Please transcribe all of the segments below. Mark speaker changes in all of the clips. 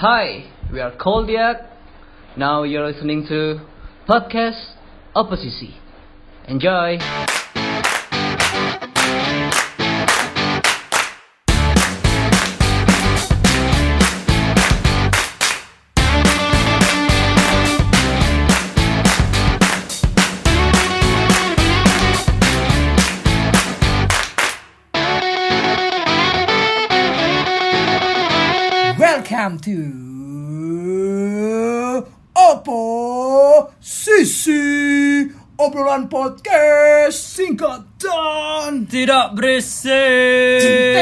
Speaker 1: Hi, we are Koldiak. Now you're listening to podcast Oposisi. Enjoy.
Speaker 2: Welcome to Opo Sisi Obrolan podcast singkat dan
Speaker 3: tidak berisik.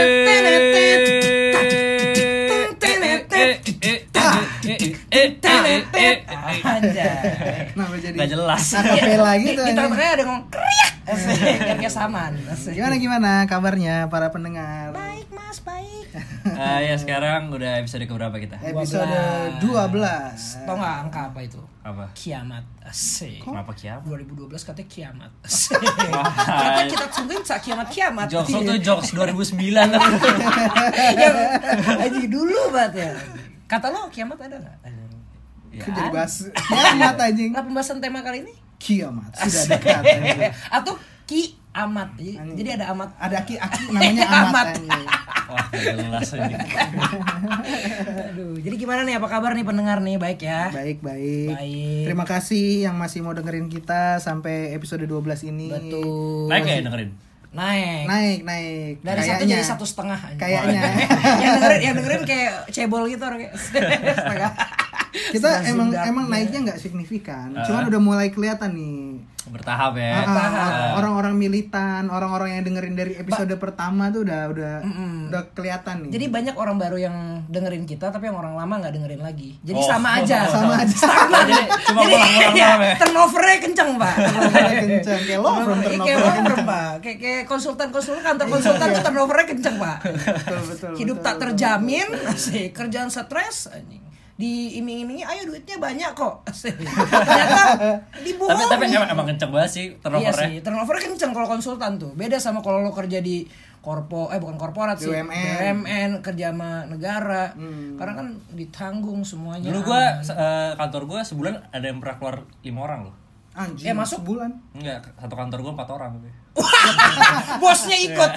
Speaker 2: Anjay Kenapa jadi
Speaker 3: Gak jelas.
Speaker 2: Akapela gitu
Speaker 4: Kita
Speaker 2: anjing.
Speaker 4: pernah ada ngomong kriak Asik, Biar kayak saman Asik.
Speaker 2: Gimana gimana kabarnya para pendengar
Speaker 4: Baik mas, baik
Speaker 3: Ah, ya sekarang udah episode keberapa kita?
Speaker 2: Episode 12
Speaker 4: Tau gak angka apa itu?
Speaker 3: Apa?
Speaker 4: Kiamat Asik
Speaker 3: Kenapa kiamat?
Speaker 4: 2012 katanya kiamat Asik. Ternyata kita tungguin saat kiamat-kiamat
Speaker 3: Jokes lo tuh
Speaker 2: Iya.
Speaker 3: jokes 2009 lah.
Speaker 4: Yang Aji Ya, dulu banget ya Kata lo kiamat ada gak?
Speaker 3: Ya,
Speaker 2: Itu jadi bahas Kiamat anjing
Speaker 4: Nah pembahasan tema kali ini
Speaker 2: Kiamat Sudah dekat anjing.
Speaker 4: Atau ki amat Jadi, jadi ada amat Iya,
Speaker 2: Ada aki aki namanya
Speaker 4: Amat.
Speaker 2: Amat anjing.
Speaker 3: Wah, gak jelas ini.
Speaker 4: Aduh, jadi gimana nih apa kabar nih pendengar nih baik ya?
Speaker 2: Baik, baik
Speaker 4: Baik.
Speaker 2: Terima kasih yang masih mau dengerin kita sampai episode 12 ini.
Speaker 4: Betul.
Speaker 3: Naik gak ya dengerin?
Speaker 4: Naik.
Speaker 2: Naik, naik.
Speaker 4: Dari satu jadi satu setengah. anjing.
Speaker 2: Kayaknya.
Speaker 4: yang dengerin yang dengerin kayak cebol gitu orang kayak setengah.
Speaker 2: Kita
Speaker 4: Sedang
Speaker 2: emang
Speaker 4: zigzag.
Speaker 2: emang naiknya nggak signifikan. Cuman udah mulai kelihatan nih.
Speaker 3: Bertahap ya.
Speaker 2: Ah, ah, Orang-orang militan, orang-orang yang dengerin dari episode pertama tuh udah udah udah kelihatan nih.
Speaker 4: Jadi banyak orang baru yang dengerin kita tapi yang orang lama nggak dengerin lagi. Jadi
Speaker 3: Oh.
Speaker 4: sama aja.
Speaker 2: sama aja.
Speaker 4: Sama.
Speaker 3: Jadi cuma
Speaker 4: Jadi, ya,
Speaker 3: ulang-ulang doang ya?
Speaker 4: turnovernya kenceng, Pak.
Speaker 2: kenceng kayak lo from
Speaker 4: Iya, Kayak
Speaker 2: turnover. Iya,
Speaker 4: over, Pak. Kayak kayak konsultan-konsultan kantor konsultan tuh turnovernya kenceng, Pak.
Speaker 2: Betul, betul,
Speaker 4: Hidup
Speaker 2: betul,
Speaker 4: tak
Speaker 2: betul.
Speaker 4: terjamin, asik. Kerjaan stres, anjing. Diiming-imingi, ayo duitnya banyak kok. Asik. Ternyata dibohongi.
Speaker 3: Tapi tapi emang, emang kenceng banget sih
Speaker 4: Iya
Speaker 3: turnovernya.
Speaker 4: sih, turnover kenceng kalau konsultan tuh. Beda sama kalau lo kerja di korpo eh bukan korporat sih,
Speaker 2: BUMN.
Speaker 4: BUMN, kerja sama negara. Karena kan ditanggung semuanya.
Speaker 3: Dulu gua se- eh, kantor gua sebulan ada yang pernah keluar lima orang loh.
Speaker 4: Eh,
Speaker 2: Anjing,
Speaker 4: masuk?
Speaker 2: sebulan.
Speaker 3: Enggak, satu kantor gua empat orang.
Speaker 4: bosnya ikut.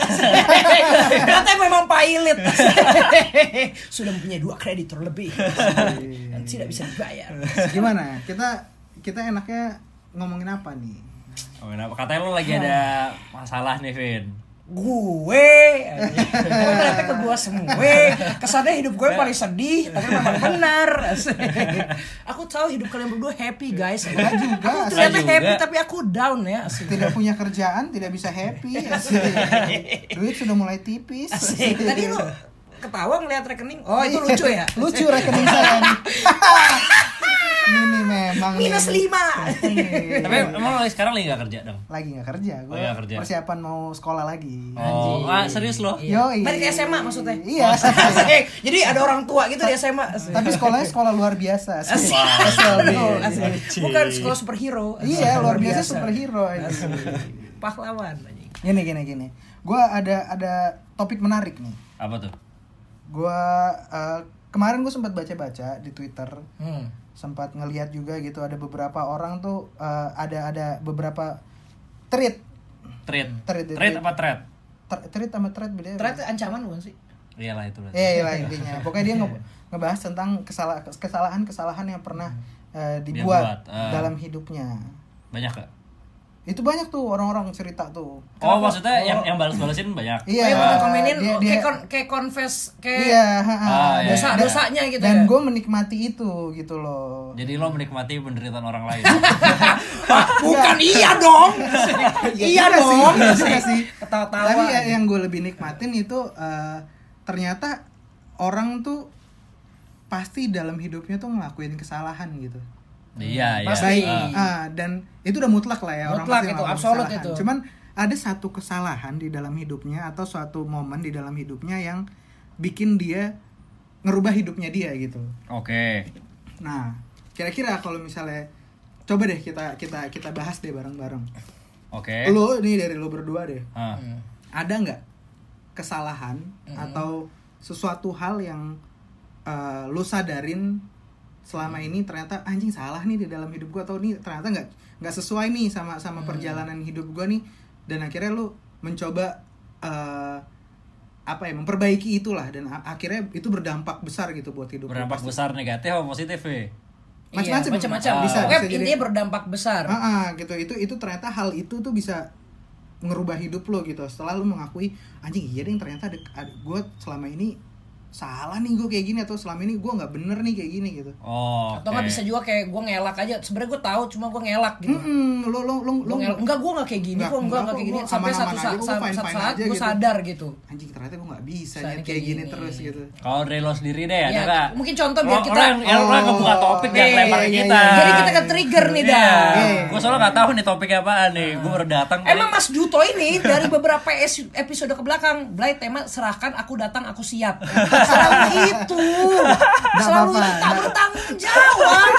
Speaker 4: Ternyata memang pailit. Sudah mempunyai dua kredit terlebih. Dan tidak bisa dibayar.
Speaker 2: Gimana? ya? Kita kita enaknya ngomongin apa nih?
Speaker 3: Oh, kenapa? Katanya lo lagi ada masalah nih, Vin.
Speaker 4: gue emang ternyata ke gue semua kesannya hidup gue paling sedih tapi memang benar aku tahu hidup kalian berdua happy guys aku
Speaker 2: Iya juga,
Speaker 4: ternyata
Speaker 3: saya juga.
Speaker 4: happy tapi aku down ya asik.
Speaker 2: Tidak punya kerjaan, tidak bisa happy. asik. Duit sudah mulai tipis.
Speaker 4: Asik. tadi lu ketawa ngeliat rekening oh itu lucu ya
Speaker 2: lucu rekening saya nih ini nih memang nih.
Speaker 4: minus lima
Speaker 2: Nih.
Speaker 3: Tapi emang lo sekarang lagi gak kerja dong?
Speaker 2: lagi nggak kerja gue
Speaker 3: Oh, iya, kerja.
Speaker 2: persiapan mau sekolah lagi
Speaker 3: Oh, ah, serius lo?
Speaker 2: Yoi.
Speaker 4: balik ke SMA maksudnya Oh,
Speaker 2: Iya.
Speaker 4: Asik. jadi ada orang tua gitu di SMA asik.
Speaker 2: tapi sekolahnya sekolah luar biasa asik.
Speaker 4: Asik.
Speaker 2: SLB.
Speaker 4: Betul, asik. bukan sekolah superhero asik.
Speaker 2: iya luar biasa superhero ini
Speaker 4: pahlawan anjing.
Speaker 2: gini gini gini gue ada ada topik menarik nih
Speaker 3: Apa tuh?
Speaker 2: gue eh, kemarin gue sempat baca-baca di Twitter
Speaker 4: hmm.
Speaker 2: sempat ngelihat juga gitu ada beberapa orang tuh eh, ada ada beberapa tweet
Speaker 3: Treat.
Speaker 2: Treat, treat.
Speaker 3: Treat apa treat?
Speaker 2: Ter- tweet sama thread beda ya,
Speaker 4: ternyata ancaman bukan sih
Speaker 3: Iyalah itu berarti.
Speaker 2: Iya iya lah intinya. Pokoknya dia nge- ngebahas tentang kesala- kesalahan-kesalahan yang pernah eh, dibuat
Speaker 3: buat, eh.
Speaker 2: dalam hidupnya.
Speaker 3: Banyak gak?
Speaker 2: Itu banyak tuh orang-orang cerita tuh.
Speaker 3: Oh, maksudnya yang yang balas-balasin banyak.
Speaker 2: Iya.
Speaker 4: Oh, yang pernah komenin
Speaker 2: dia-
Speaker 4: oh,
Speaker 2: dia-
Speaker 4: kayak kon, kayak confess kayak
Speaker 2: Iya, ha, ha.
Speaker 3: Ah, iya,
Speaker 4: dosa
Speaker 3: iya.
Speaker 4: dosanya gitu ya.
Speaker 2: Dan gue menikmati itu gitu loh.
Speaker 3: Jadi lo menikmati penderitaan orang lain.
Speaker 4: Wah, bukan iya dong. iya
Speaker 2: juga sih,
Speaker 4: dong.
Speaker 2: iya juga sih.
Speaker 4: Ketawa-tawa.
Speaker 2: Tapi ya, yang gue lebih nikmatin itu eh, ternyata orang tuh pasti dalam hidupnya tuh ngelakuin kesalahan gitu.
Speaker 3: iya, iya.
Speaker 4: Pasti.
Speaker 3: Ah.
Speaker 2: Ah, dan itu udah mutlak lah ya orang
Speaker 4: Mutlak
Speaker 2: pasti
Speaker 4: itu,
Speaker 2: ngelakuin
Speaker 4: absolut
Speaker 2: kesalahan.
Speaker 4: itu.
Speaker 2: Cuman ada satu kesalahan di dalam hidupnya atau suatu momen di dalam hidupnya yang bikin dia ngerubah hidupnya dia gitu.
Speaker 3: Oke.
Speaker 2: Nah, kira-kira kalau misalnya coba deh kita kita kita bahas deh bareng-bareng.
Speaker 3: Oke.
Speaker 2: Lo nih dari lo berdua deh.
Speaker 3: Ah.
Speaker 4: Hmm,
Speaker 2: Ada nggak kesalahan atau sesuatu hal yang eh, lu sadarin selama
Speaker 3: Mm.
Speaker 2: ini ternyata anjing salah nih di dalam hidup gua atau nih ternyata nggak nggak sesuai nih sama sama
Speaker 3: Mm.
Speaker 2: perjalanan hidup gua nih dan akhirnya lu mencoba eh, apa ya memperbaiki itulah dan a- akhirnya itu berdampak besar gitu buat hidup lu.
Speaker 3: Berdampak besar negatif atau positif ya?
Speaker 2: Macam-macam.
Speaker 4: Iya, macam-macam.
Speaker 2: Bisa,
Speaker 4: Pokoknya
Speaker 2: bisa jadi-
Speaker 4: intinya berdampak besar.
Speaker 2: Ah, ah, gitu itu itu ternyata hal itu tuh bisa ngerubah hidup lo gitu setelah lo mengakui anjing iya deh ternyata ada, gue selama ini salah nih gue kayak gini atau selama ini gue nggak bener nih kayak gini gitu
Speaker 3: Oh.
Speaker 4: Atau nggak
Speaker 3: oke.
Speaker 4: bisa juga kayak gue ngelak aja. Sebenarnya gue tahu, cuma gue ngelak gitu.
Speaker 2: Mm-mm, Hmm, lo lo lo
Speaker 4: Gua
Speaker 2: lo
Speaker 4: ngelak. Enggak, gue nggak kayak gini
Speaker 2: Nggak,
Speaker 4: kok. Enggak,
Speaker 2: nggak
Speaker 4: nggak kayak
Speaker 2: kok,
Speaker 4: gini.
Speaker 2: gua
Speaker 4: Sampai
Speaker 2: aman-aman
Speaker 4: satu
Speaker 2: aja,
Speaker 4: saat,
Speaker 2: gua
Speaker 4: sampai satu
Speaker 2: fine-fine
Speaker 4: saat
Speaker 2: aja
Speaker 4: gue
Speaker 2: gitu.
Speaker 4: sadar gitu.
Speaker 2: anjing ternyata gue nggak bisa
Speaker 4: Saya
Speaker 2: nyet
Speaker 4: kayak
Speaker 2: kayak gini
Speaker 4: gini.
Speaker 2: terus gitu
Speaker 3: Kalau dari lo sendiri deh,
Speaker 4: Ya,
Speaker 3: ada nggak?
Speaker 4: mungkin contoh biar
Speaker 3: Lo-
Speaker 4: kita-
Speaker 3: Lo yang, yang- lo yang kebuka topik
Speaker 2: Oh,
Speaker 3: yang
Speaker 2: iya,
Speaker 3: lempar
Speaker 2: iya, iya,
Speaker 3: kita.
Speaker 2: iya.
Speaker 4: Jadi kita ke trigger nih
Speaker 3: Iya.
Speaker 4: dah.
Speaker 3: Gue soalnya nggak tahu nih topiknya apaan nih. Gue baru datang.
Speaker 4: Emang
Speaker 3: paling-
Speaker 4: Mas Duto ini dari beberapa es- episode ke belakang, Blay tema serahkan aku datang aku siap. Selalu itu. Selalu itu
Speaker 2: apa-apa,
Speaker 4: tak
Speaker 2: nggak-
Speaker 4: bertanggung jawab.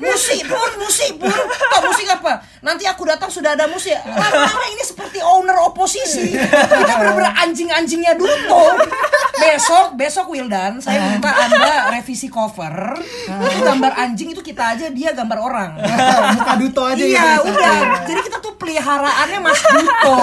Speaker 4: Musik pun, musik pun. Kok musik apa? Nanti aku datang sudah ada musik. Lama-lama ini seperti owner oposisi. Kita bener-bener anjing-anjingnya Duto. Besok, besok Wildan, saya minta Anda revisi cover. Itu gambar anjing itu kita aja, dia gambar orang
Speaker 2: muka duto aja
Speaker 4: iya,
Speaker 2: ya
Speaker 4: udah. Jadi kita tuh peliharaannya Mas Duto.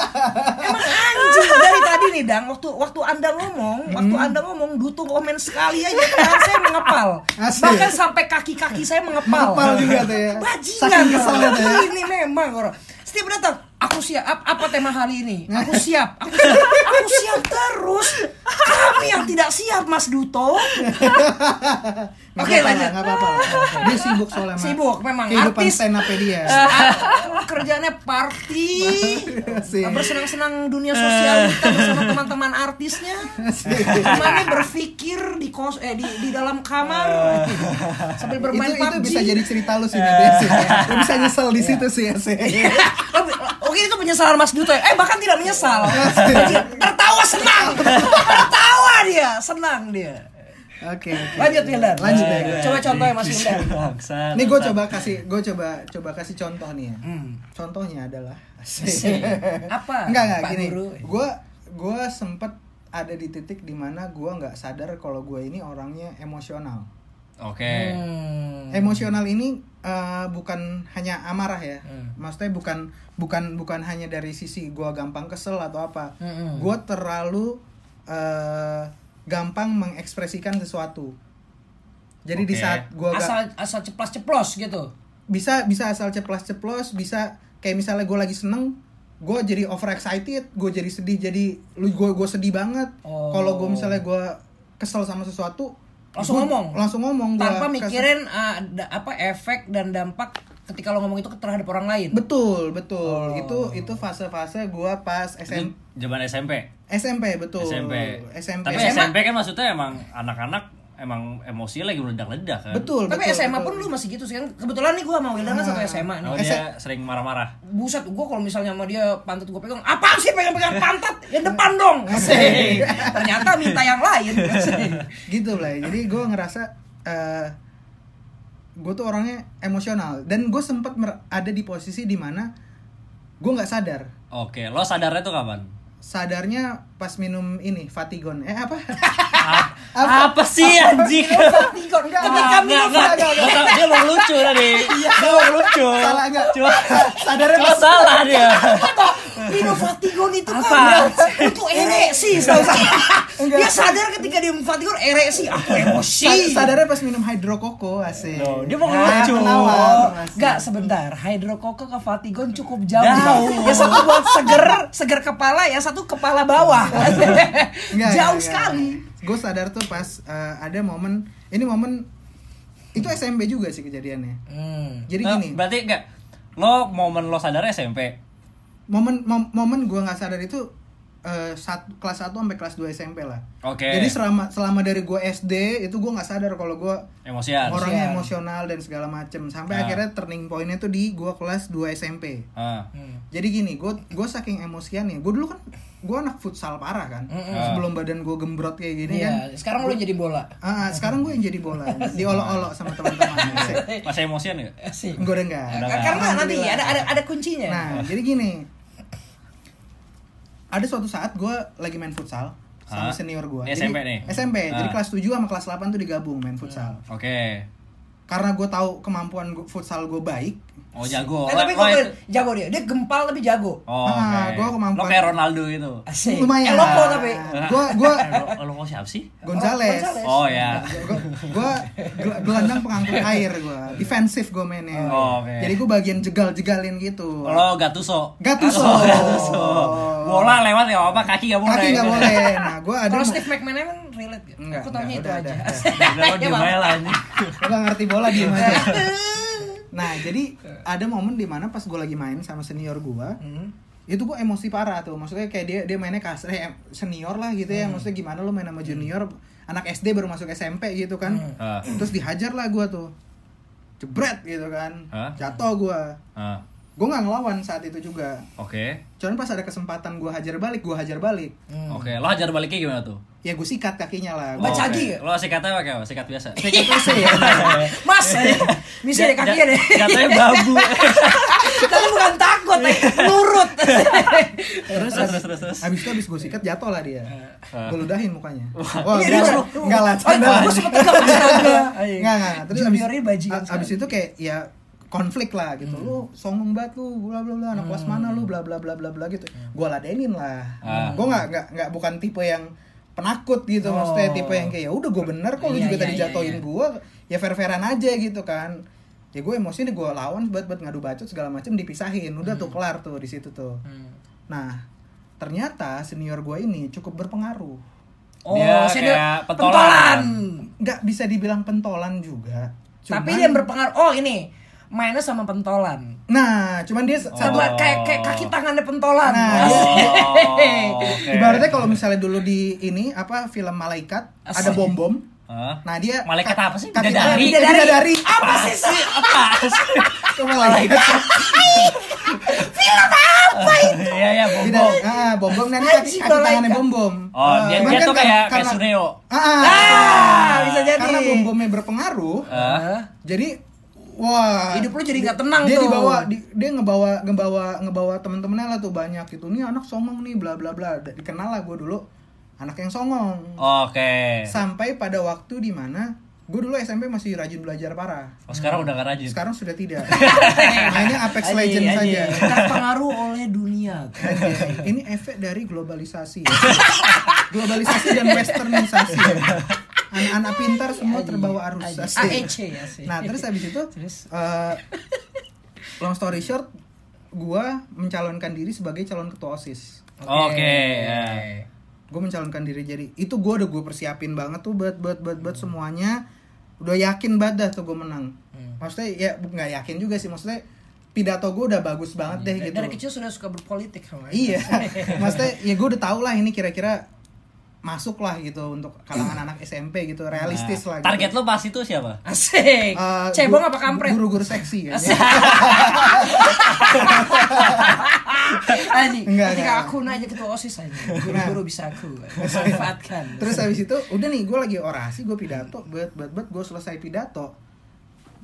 Speaker 4: Emang anjing dari tadi nih, Dang. Waktu waktu Anda ngomong,
Speaker 2: Hmm.
Speaker 4: waktu Anda ngomong Duto komen sekali aja tangan saya mengepal.
Speaker 2: Asik.
Speaker 4: Bahkan sampai kaki-kaki saya mengepal.
Speaker 2: Mengepal juga tuh ya.
Speaker 4: Bajingan
Speaker 2: Saking keselnya tuh ya.
Speaker 4: ini memang orang. Setiap datang, aku siap. Ap- Apa tema hari ini? Aku siap. Aku siap, aku siap terus. Kami yang tidak siap, Mas Duto.
Speaker 2: Nggak
Speaker 4: Oke,
Speaker 2: apa-apa lah,
Speaker 4: lanjut. Ah.
Speaker 2: nggak apa-apa lah. dia sibuk soalnya sama
Speaker 4: Sibuk, memang.
Speaker 2: kehidupan
Speaker 4: Artis.
Speaker 2: stand up dia
Speaker 4: Ah, kerjanya party
Speaker 2: Asik.
Speaker 4: bersenang-senang dunia sosial kita bersama teman-teman artisnya temannya berpikir di kos eh di, di dalam kamar sambil bermain
Speaker 2: itu itu
Speaker 4: PUBG Iya.
Speaker 2: bisa jadi cerita lu sih nanti ya, sih Lu bisa nyesel di situ sih ya sih
Speaker 4: Oke itu penyesalan Mas Duto ya. Eh bahkan tidak menyesal Tertawa senang Tertawa dia Senang dia
Speaker 2: oke oke.
Speaker 4: Lanjut Wildan
Speaker 2: lanjut ya
Speaker 4: Coba contohnya Mas Wildan
Speaker 3: Bangsat.
Speaker 2: Ini gue coba kasih, gue coba coba kasih contoh nih ya. Contohnya adalah
Speaker 4: Hmm. Apa
Speaker 2: enggak enggak
Speaker 4: Pak
Speaker 2: gini.
Speaker 4: Guru?
Speaker 2: Gue gue sempet ada di titik dimana gue nggak sadar kalau gue ini orangnya emosional.
Speaker 3: Oke.
Speaker 4: Hmm.
Speaker 2: Emosional ini eh, bukan hanya amarah ya.
Speaker 4: Hmm.
Speaker 2: Maksudnya bukan bukan bukan hanya dari sisi gue gampang kesel atau apa.
Speaker 4: Mm-mm.
Speaker 2: Gue terlalu eh, gampang mengekspresikan sesuatu. Jadi di
Speaker 3: Oke.
Speaker 2: saat gue
Speaker 4: asal asal ceplos-ceplos gitu.
Speaker 2: bisa bisa asal ceplas-ceplos bisa kayak misalnya gue lagi seneng gue jadi over excited gue jadi sedih jadi lu gue gue sedih banget
Speaker 4: Oh.
Speaker 2: kalau gue misalnya gue kesel sama sesuatu
Speaker 4: Langsung
Speaker 2: gua-
Speaker 4: ngomong?
Speaker 2: langsung ngomong
Speaker 3: Iya,
Speaker 2: gua
Speaker 4: tanpa
Speaker 2: kesel.
Speaker 4: mikirin uh, da- apa efek dan dampak ketika lo ngomong itu terhadap orang lain.
Speaker 2: betul betul
Speaker 3: Oh.
Speaker 2: itu itu fase-fase gue pas
Speaker 3: Itu
Speaker 2: SM,
Speaker 3: Jaman SMP.
Speaker 2: SMP betul
Speaker 3: SMP.
Speaker 2: SMP
Speaker 3: Tapi
Speaker 4: SMA.
Speaker 3: SMP kan maksudnya emang anak-anak emang emosi lagi meledak-ledak kan.
Speaker 2: betul
Speaker 4: Tapi
Speaker 2: betul,
Speaker 4: SMA
Speaker 2: betul.
Speaker 4: pun lu masih gitu sih kan. Kebetulan nih gua sama Wildan kan satu SMA nih.
Speaker 3: Oh, dia sering marah-marah.
Speaker 4: Buset, gua kalau misalnya sama dia pantat gua pegang, apaan sih pegang-pegang pantat? Yang depan dong.
Speaker 2: Asik.
Speaker 4: Ternyata minta yang lain. Asik.
Speaker 2: gitu lah jadi gue ngerasa eh gue tuh orangnya emosional dan gue sempat mer- ada di posisi dimana gue nggak sadar
Speaker 3: Oke, lo sadarnya tuh kapan?
Speaker 2: sadarnya pas minum ini Fatigon eh apa
Speaker 3: Apa, sih anjing?
Speaker 4: Nikon, Ketika
Speaker 3: Enggak,
Speaker 4: minum
Speaker 3: enggak, enggak. Lo tau, Dia mau lucu tadi. Dia mau lucu.
Speaker 2: Iya, salah nggak
Speaker 3: Cuma
Speaker 2: sadarnya
Speaker 3: cuma
Speaker 2: pas
Speaker 3: salah dia.
Speaker 4: Pak, Rino Fatigon itu kan
Speaker 3: Apa?
Speaker 4: itu ereksi tau sih. Dia sadar ketika dia Fatigon ereksi, aku emosi.
Speaker 2: sa- sadarnya pas minum hydrokoko asik
Speaker 3: Loh, dia mau
Speaker 2: Ah,
Speaker 3: ngelucu.
Speaker 2: penawar, asik.
Speaker 4: Enggak Oh, sebentar, hidrokoko ke Fatigon cukup jauh.
Speaker 3: Jauh.
Speaker 4: Ya satu buat seger, seger kepala, ya satu kepala bawah.
Speaker 2: Nggak, Iya,
Speaker 4: jauh
Speaker 2: nggak,
Speaker 4: sekali.
Speaker 2: nggak. Gue sadar tuh pas eh, ada momen ini momen itu SMP juga sih kejadiannya. Jadi
Speaker 3: Nah,
Speaker 2: gini,
Speaker 3: Berarti enggak lo momen lo sadarnya SMP.
Speaker 2: momen mom- momen gue nggak sadar itu eh, sat- kelas 1 sampai kelas 2 SMP lah.
Speaker 3: Oke.
Speaker 2: Jadi selama selama dari gue SD itu gue nggak sadar kalau gue
Speaker 3: Emosian.
Speaker 2: orangnya emosional dan segala macem sampai
Speaker 3: Ya, Nah.
Speaker 2: akhirnya turning pointnya tuh di gua kelas 2 SMP
Speaker 3: Ah.
Speaker 2: jadi gini gue gue saking emosian ya gue dulu kan gue anak futsal parah kan sebelum badan gue gembrot kayak gini kan
Speaker 4: Iya, sekarang lo jadi bola.
Speaker 2: Ah, ah, sekarang gue yang jadi bola diolok-olok sama teman-teman
Speaker 3: Iya. Masih emosian enggak?
Speaker 4: Asik.
Speaker 2: gue udah enggak
Speaker 4: Karena nanti ada ada ada kuncinya.
Speaker 2: nah jadi gini ada suatu saat gue lagi main futsal sama
Speaker 3: Hah?
Speaker 2: senior gua.
Speaker 3: Ini
Speaker 2: Jadi-
Speaker 3: SMP nih?
Speaker 2: SMP. Jadi
Speaker 3: Ah.
Speaker 2: kelas 7 sama kelas 8 tuh digabung main futsal.
Speaker 3: Oke.
Speaker 2: Karena gue tahu kemampuan gua- futsal gue baik.
Speaker 3: Oh jago.
Speaker 4: Eh, tapi gue
Speaker 3: Lo- lo-
Speaker 4: keren, jago dia. Dia gempal tapi jago.
Speaker 3: Oh,
Speaker 2: Ah,
Speaker 3: oke.
Speaker 2: gua kemampuan-
Speaker 3: Lo kayak Ronaldo gitu.
Speaker 4: Asik. Eh,
Speaker 2: Lumayan.
Speaker 4: loko tapi.
Speaker 2: Gue gue
Speaker 3: Eh, Lo, lo kok siapa sih?
Speaker 2: Gonzales.
Speaker 4: Gonzales.
Speaker 3: Oh ya.
Speaker 2: iya. gue gelandang pengangkut air gue defensif gue mainnya
Speaker 3: Oh, oke. Oh,
Speaker 2: jadi gue bagian jegal jegalin gitu
Speaker 3: Lo Gattuso.
Speaker 2: Gattuso.
Speaker 3: Oh, Gattuso. Bola lewat ya apa kaki gak boleh.
Speaker 2: kaki nggak boleh nah gue ada
Speaker 4: Kalau Steve McMahon emang relate gak?
Speaker 2: Enggak,
Speaker 4: Aku taunya itu
Speaker 2: enggak, udah,
Speaker 4: aja.
Speaker 2: udah,
Speaker 3: Udah lo
Speaker 4: Ya,
Speaker 3: diem
Speaker 4: Bang.
Speaker 3: aja lah anjing.
Speaker 2: gue gak ngerti bola di aja nah jadi ada momen dimana pas gue lagi main sama senior gue
Speaker 4: Hmm.
Speaker 2: itu gue emosi parah tuh maksudnya kayak dia dia mainnya kasar eh, senior lah gitu ya
Speaker 3: Hmm.
Speaker 2: maksudnya gimana lo main sama junior anak SD baru masuk SMP gitu kan
Speaker 3: Ah.
Speaker 2: terus dihajar lah gue tuh jebret gitu kan
Speaker 3: Hah?
Speaker 2: jatuh gue
Speaker 3: Ah,
Speaker 2: gue nggak ngelawan saat itu juga
Speaker 3: Oke.
Speaker 2: cuman pas ada kesempatan gue hajar balik gue hajar balik
Speaker 3: Oke, lo hajar baliknya gimana tuh?
Speaker 2: ya gue sikat kakinya lah Gua-
Speaker 3: Lo-
Speaker 4: Baca- Bacagi
Speaker 3: oke.
Speaker 4: nggak?
Speaker 3: Lo sikatnya pakai apa? Sikat biasa.
Speaker 2: Sikat WC ya.
Speaker 4: Mas, misi deh kakinya deh.
Speaker 3: Katanya babu.
Speaker 4: Tapi bukan takut, tapi nurut.
Speaker 3: terus terus terus terus.
Speaker 2: Abis itu abis gue sikat jatuh lah dia.
Speaker 3: Ah.
Speaker 2: Gue ludahin mukanya. Oh,
Speaker 4: Iya,
Speaker 2: enggak,
Speaker 4: dia
Speaker 2: lah.
Speaker 4: baru-
Speaker 2: enggak lah,
Speaker 4: Oh,
Speaker 2: canda.
Speaker 4: Gue sempet tegang astaga.
Speaker 2: Enggak, enggak. enggak. Terus abis,
Speaker 4: Iya. Juniornya Hmm. bajingan
Speaker 2: a- abis itu kayak ya konflik lah gitu. Lu songong banget lu, bla bla bla anak kelas
Speaker 4: Hmm.
Speaker 2: mana lu bla bla bla bla bla gitu. Gue ladenin lah.
Speaker 3: Ah.
Speaker 2: Gue enggak enggak enggak bukan tipe yang penakut gitu maksudnya tipe yang kayak ya udah gue bener kok
Speaker 4: Oh.
Speaker 2: lu
Speaker 4: Iya,
Speaker 2: juga
Speaker 4: iya,
Speaker 2: tadi
Speaker 4: iya,
Speaker 2: jatuhin
Speaker 4: iya.
Speaker 2: gue ya fair fairan aja gitu kan ya gue emosinya gue lawan buat buat ngadu bacot segala macem dipisahin udah
Speaker 4: Hmm.
Speaker 2: tuh kelar tuh di situ tuh Nah, ternyata senior gue ini cukup berpengaruh.
Speaker 4: Oh,
Speaker 3: Dia
Speaker 4: senior
Speaker 3: kayak pentolan.
Speaker 4: pentolan.
Speaker 2: Nggak bisa dibilang pentolan juga. Cuman-
Speaker 4: Tapi dia yang berpengaruh. Oh, ini. Mainnya sama pentolan.
Speaker 2: Nah, cuman dia s- satu.
Speaker 4: Sama kayak kayak kaki tangannya pentolan. eh,
Speaker 2: Nah,
Speaker 4: Asik.
Speaker 3: Oh, oke.
Speaker 2: Ibaratnya kalau misalnya dulu di ini apa film malaikat
Speaker 4: Asli.
Speaker 2: ada bom bom.
Speaker 3: Hah?
Speaker 2: Nah dia
Speaker 3: Malaikat
Speaker 2: ka-
Speaker 3: apa sih?
Speaker 2: Kaki
Speaker 3: Bidadari?
Speaker 2: dari dari dari
Speaker 4: Apa sih sih?
Speaker 2: ke malaikat.
Speaker 3: Iya iya bobo.
Speaker 2: Bidadari. Ah, bom bom nanti kaki,
Speaker 4: Anjing,
Speaker 2: kaki tangannya
Speaker 4: malaikat.
Speaker 2: bom bom.
Speaker 3: Oh, dia dia tuh kayak kayak Suneo.
Speaker 2: Ah, ah,
Speaker 4: Ah, bisa jadi.
Speaker 2: karena bom bomnya berpengaruh.
Speaker 3: Ah.
Speaker 2: Jadi wah
Speaker 4: Hidup lu jadi nggak tenang
Speaker 2: dia
Speaker 4: tuh.
Speaker 2: dibawa di- dia ngebawa ngebawa ngebawa temen-temennya lah tuh banyak gitu nih anak songong nih bla bla bla Da- dikenal lah gue dulu anak yang songong
Speaker 3: Oke.
Speaker 2: sampai pada waktu dimana gue dulu SMP masih rajin belajar parah
Speaker 3: Oh, sekarang udah gak
Speaker 4: Iya.
Speaker 3: rajin.
Speaker 2: sekarang sudah tidak hanya Apex
Speaker 3: Aji,
Speaker 2: Legends saja
Speaker 3: aji.
Speaker 4: Terpengaruh oleh dunia.
Speaker 2: Aji. ini efek dari globalisasi ya. globalisasi dan westernisasi anak-anak pintar semua terbawa arus asik.
Speaker 4: AEC ya sih.
Speaker 2: Nah terus abis itu
Speaker 4: Terus?
Speaker 2: eh, long story short, gua mencalonkan diri sebagai calon ketua osis.
Speaker 3: Oke. ya.
Speaker 2: Gue mencalonkan diri jadi itu gua udah gue persiapin banget tuh buat buat buat buat
Speaker 4: Hmm.
Speaker 2: semuanya. Udah yakin banget dah tuh gue menang.
Speaker 4: Hmm.
Speaker 2: Maksudnya ya bu- nggak yakin juga sih maksudnya pidato gue udah bagus banget deh gitu.
Speaker 4: Iya, Dari kecil sudah suka berpolitik sama
Speaker 2: Iya, maksudnya ya gue udah tau lah ini kira-kira masuk lah gitu untuk kalangan anak SMP gitu realistis lah.
Speaker 3: Nah,
Speaker 2: Gitu.
Speaker 3: Target lo pas itu siapa?
Speaker 4: Asik.
Speaker 2: Eh,
Speaker 4: Cebong
Speaker 2: gu-
Speaker 4: apa kampret?
Speaker 2: Guru-guru seksi kan. kayaknya.
Speaker 4: Aji,
Speaker 2: Enggak,
Speaker 4: ketika
Speaker 2: enggak.
Speaker 4: aku nanya ketua OSIS aja, guru-guru bisa aku manfaatkan.
Speaker 2: Terus habis itu udah nih gue lagi orasi, gue pidato, bet bet bet gue selesai pidato.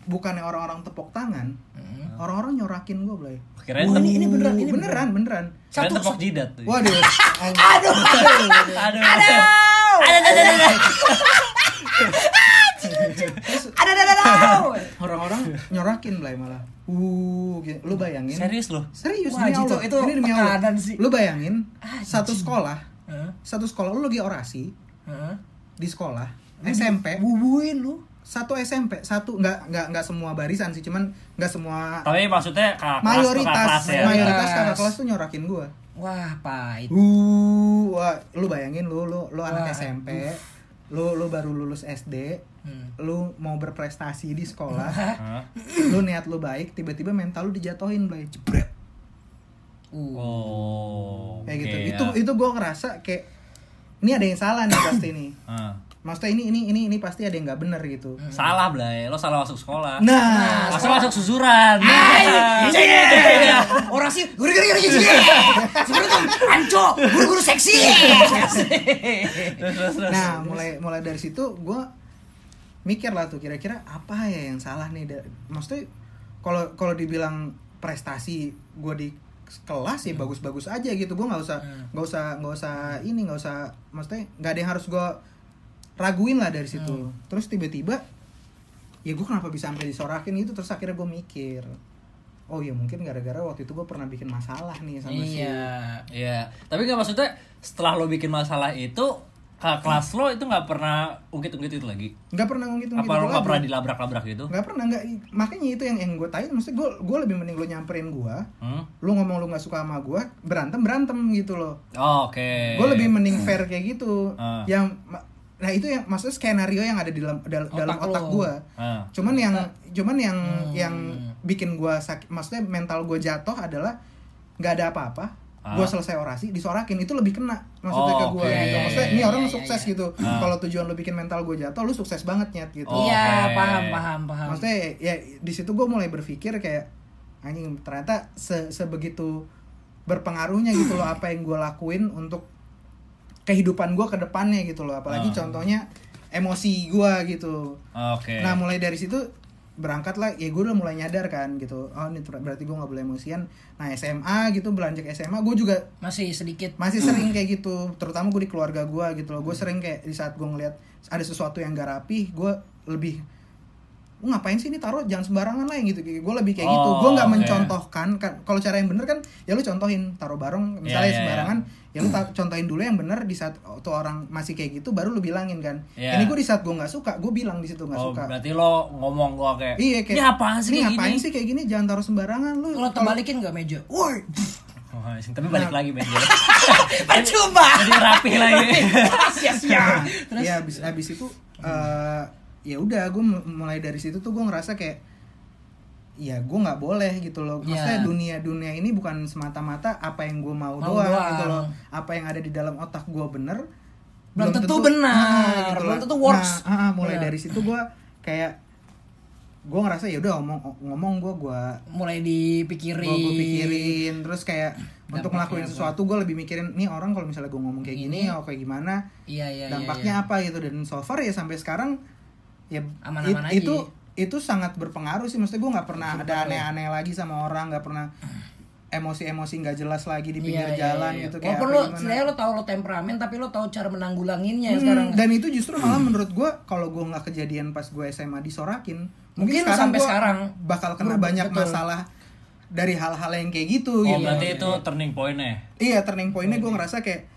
Speaker 2: Bukannya orang-orang tepuk tangan,
Speaker 4: Hmm.
Speaker 2: orang-orang nyorakin gue, Blay.
Speaker 3: Kirain
Speaker 2: Wah,
Speaker 3: tepuk-
Speaker 2: ini, ini beneran, ini beneran, beneran.
Speaker 3: Kirain
Speaker 4: Satu-
Speaker 3: tepok jidat.
Speaker 4: Iya.
Speaker 3: tuh.
Speaker 2: Waduh. Aduh.
Speaker 4: Ada
Speaker 3: Aduh.
Speaker 4: ada ada ada. Ada ada ada.
Speaker 2: Orang-orang nyorakin, Blay malah. Uh, gitu. lu bayangin.
Speaker 3: Serius lo?
Speaker 2: Serius,
Speaker 4: Wah,
Speaker 2: demi
Speaker 4: Ji, itu-
Speaker 2: Allah.
Speaker 4: itu
Speaker 2: ini demi Allah.
Speaker 4: tekanan sih.
Speaker 2: Lu bayangin
Speaker 4: Ah,
Speaker 2: satu
Speaker 4: Ji.
Speaker 2: sekolah, satu sekolah lu lagi orasi di sekolah SMP,
Speaker 4: Bubuin lu.
Speaker 2: satu SMP, satu nggak nggak nggak semua barisan sih, cuman nggak semua
Speaker 3: Tapi maksudnya kakak kelas tuh kakak
Speaker 2: mayoritas
Speaker 3: kelas ya.
Speaker 2: mayoritas
Speaker 4: Kelas.
Speaker 2: kakak kelas tuh nyorakin gua
Speaker 4: Wah, pahit.
Speaker 2: uh wah, lu bayangin lu lu lu
Speaker 4: Wah,
Speaker 2: anak SMP lu lu baru lulus SD
Speaker 4: Hmm.
Speaker 2: lu mau berprestasi di sekolah
Speaker 3: Hah?
Speaker 2: lu niat lu baik tiba-tiba mental lu dijatuhin blay jebret
Speaker 4: Uh.
Speaker 3: Oh.
Speaker 2: kayak gitu
Speaker 3: oke,
Speaker 2: itu
Speaker 3: ya.
Speaker 2: itu gua ngerasa kayak ini ada yang salah nih pasti nih
Speaker 3: Ah.
Speaker 2: maksudnya ini ini ini ini pasti ada yang nggak bener gitu
Speaker 3: Salah Blay, lo salah masuk sekolah.
Speaker 2: nah
Speaker 3: Masa masuk susuran.
Speaker 4: Hai,
Speaker 3: Iya.
Speaker 4: cek. Ah. Orang sih guru-guru guru guru. Sebenarnya tuh anco, guru-guru seksi.
Speaker 3: Terus terus terus.
Speaker 2: nah mulai mulai dari situ gue mikir lah tuh kira-kira apa ya yang salah nih da- maksudnya kalau kalau dibilang prestasi gue di kelas
Speaker 3: Hmm.
Speaker 2: ya bagus-bagus aja gitu gue nggak usah nggak usah nggak usah ini nggak usah maksudnya nggak ada yang harus gue raguin lah dari situ
Speaker 3: Hmm.
Speaker 2: terus tiba-tiba ya gue kenapa bisa sampai disorakin gitu terus akhirnya gue mikir oh ya mungkin gara-gara waktu itu gue pernah bikin masalah nih sama si
Speaker 3: Iya, iya. Tapi nggak maksudnya setelah lo bikin masalah itu ke kelas lo itu nggak pernah ungkit-ungkit itu lagi.
Speaker 2: nggak pernah ngomong gitu
Speaker 3: Apa lo nggak pernah dilabrak-labrak gitu?
Speaker 2: nggak pernah nggak makanya itu yang yang gue tain maksudnya gue gue lebih mending lo nyamperin gue
Speaker 3: Hmm?
Speaker 2: lu ngomong lu nggak suka sama gue berantem berantem gitu loh
Speaker 3: Oh, Oke.
Speaker 2: gue lebih mending fair kayak gitu
Speaker 3: eh. Ah.
Speaker 2: yang ma- nah itu yang maksudnya skenario yang ada di dalam dal- dalam
Speaker 4: Otak
Speaker 2: otak
Speaker 4: lo.
Speaker 2: gue
Speaker 3: Ah. Hmm.
Speaker 2: cuman yang cuman yang yang bikin gue sakit maksudnya mental gue jatuh adalah nggak ada apa-apa
Speaker 3: Ah.
Speaker 2: gue selesai orasi disorakin itu lebih kena maksudnya
Speaker 3: Oh,
Speaker 2: ke gue
Speaker 3: oke.
Speaker 2: gitu maksudnya ini
Speaker 4: Iya,
Speaker 2: orang
Speaker 4: iya,
Speaker 2: sukses
Speaker 4: iya.
Speaker 2: gitu
Speaker 3: Ah.
Speaker 2: kalau tujuan lu bikin mental gue jatuh lu sukses banget nyet gitu
Speaker 3: Oh,
Speaker 4: iya
Speaker 3: oke.
Speaker 4: paham paham paham
Speaker 3: Nah.
Speaker 2: maksudnya ya di situ gue mulai berpikir kayak anjing ternyata se- sebegitu berpengaruhnya gitu loh apa yang gue lakuin untuk kehidupan gue ke depannya gitu loh apalagi
Speaker 3: Ah.
Speaker 2: contohnya emosi gue gitu
Speaker 3: Oke.
Speaker 2: nah mulai dari situ berangkatlah ya gue udah mulai nyadar kan gitu oh ini ter- berarti gue nggak boleh emosian nah SMA gitu belanjak SMA gue juga
Speaker 4: masih sedikit
Speaker 2: masih
Speaker 3: Hmm.
Speaker 2: sering kayak gitu terutama gue di keluarga gue gitu loh gue sering kayak di saat gue ngeliat ada sesuatu yang gak rapi gue lebih "Lu ngapain sih ini taruh jangan sembarangan lah yang gitu gue lebih kayak gitu
Speaker 3: Oh,
Speaker 2: gue nggak
Speaker 3: oke.
Speaker 2: mencontohkan kan kalau cara yang bener kan ya lu contohin taruh bareng misalnya
Speaker 3: Iya, iya,
Speaker 2: sembarangan ya lu ta- contohin dulu yang bener di saat tuh orang masih kayak gitu baru lu bilangin kan
Speaker 3: Iya.
Speaker 2: ini gue di saat gue nggak suka gue bilang di situ nggak
Speaker 3: Oh,
Speaker 2: suka
Speaker 3: berarti lo ngomong gua kayak,
Speaker 2: iya kayak
Speaker 3: ini apaan sih
Speaker 2: ini
Speaker 3: kayak
Speaker 2: ngapain
Speaker 3: gini?
Speaker 2: sih kayak gini jangan taruh sembarangan lu
Speaker 4: lo
Speaker 2: kalau-
Speaker 4: terbalikin gak meja woi
Speaker 3: Oh, anjing. tapi balik
Speaker 2: Nah.
Speaker 3: lagi Ben. Jadi
Speaker 4: percoba
Speaker 3: jadi rapi lagi.
Speaker 4: sia-sia terus
Speaker 2: ya abis abis itu eh, ya udah gue mulai dari situ tuh gue ngerasa kayak ya gue nggak boleh gitu loh
Speaker 4: Ya.
Speaker 2: maksudnya dunia dunia ini bukan semata-mata apa yang gue
Speaker 4: Mau
Speaker 2: mau, doang,
Speaker 4: doang.
Speaker 2: gitu loh apa yang ada di dalam otak gue bener Ah,
Speaker 4: Belum tentu benar, gitu belum
Speaker 2: gitu loh.
Speaker 4: tentu works. Iya.
Speaker 2: Nah, ah, ah, mulai
Speaker 4: Benar.
Speaker 2: dari situ gue kayak gue ngerasa ya udah ngomong ngomong gue gue
Speaker 4: mulai
Speaker 2: gue
Speaker 4: dipikirin
Speaker 2: pikirin terus kayak untuk ngelakuin
Speaker 4: apa?
Speaker 2: sesuatu gue lebih mikirin nih orang kalau misalnya gue ngomong kayak gini
Speaker 4: Ini.
Speaker 2: oh kayak gimana
Speaker 4: iya iya iya,
Speaker 2: dampaknya
Speaker 4: iya.
Speaker 2: apa gitu dan so far ya sampai sekarang ya
Speaker 4: Aman-aman aja.
Speaker 2: itu itu sangat berpengaruh sih maksudnya gue nggak pernah ada aneh-aneh lagi sama orang nggak pernah emosi-emosi nggak jelas lagi
Speaker 4: iya.
Speaker 2: di pinggir jalan gitu kayak
Speaker 4: Walaupun
Speaker 2: apa
Speaker 4: lo
Speaker 2: gimana.
Speaker 4: sebenarnya lo tahu lo temperamen tapi lo tahu cara menanggulanginnya
Speaker 2: Hmm,
Speaker 4: sekarang.
Speaker 2: dan itu justru malah menurut gue kalau gue nggak kejadian pas gue SMA disorakin
Speaker 4: Mungkin sampai
Speaker 2: gua
Speaker 4: sekarang.
Speaker 2: bakal kena
Speaker 4: Betul.
Speaker 2: banyak masalah dari hal-hal yang kayak gitu
Speaker 3: Oh,
Speaker 2: gitu
Speaker 3: berarti itu turning point-nya. ya?
Speaker 2: iya turning pointnya gue ngerasa kayak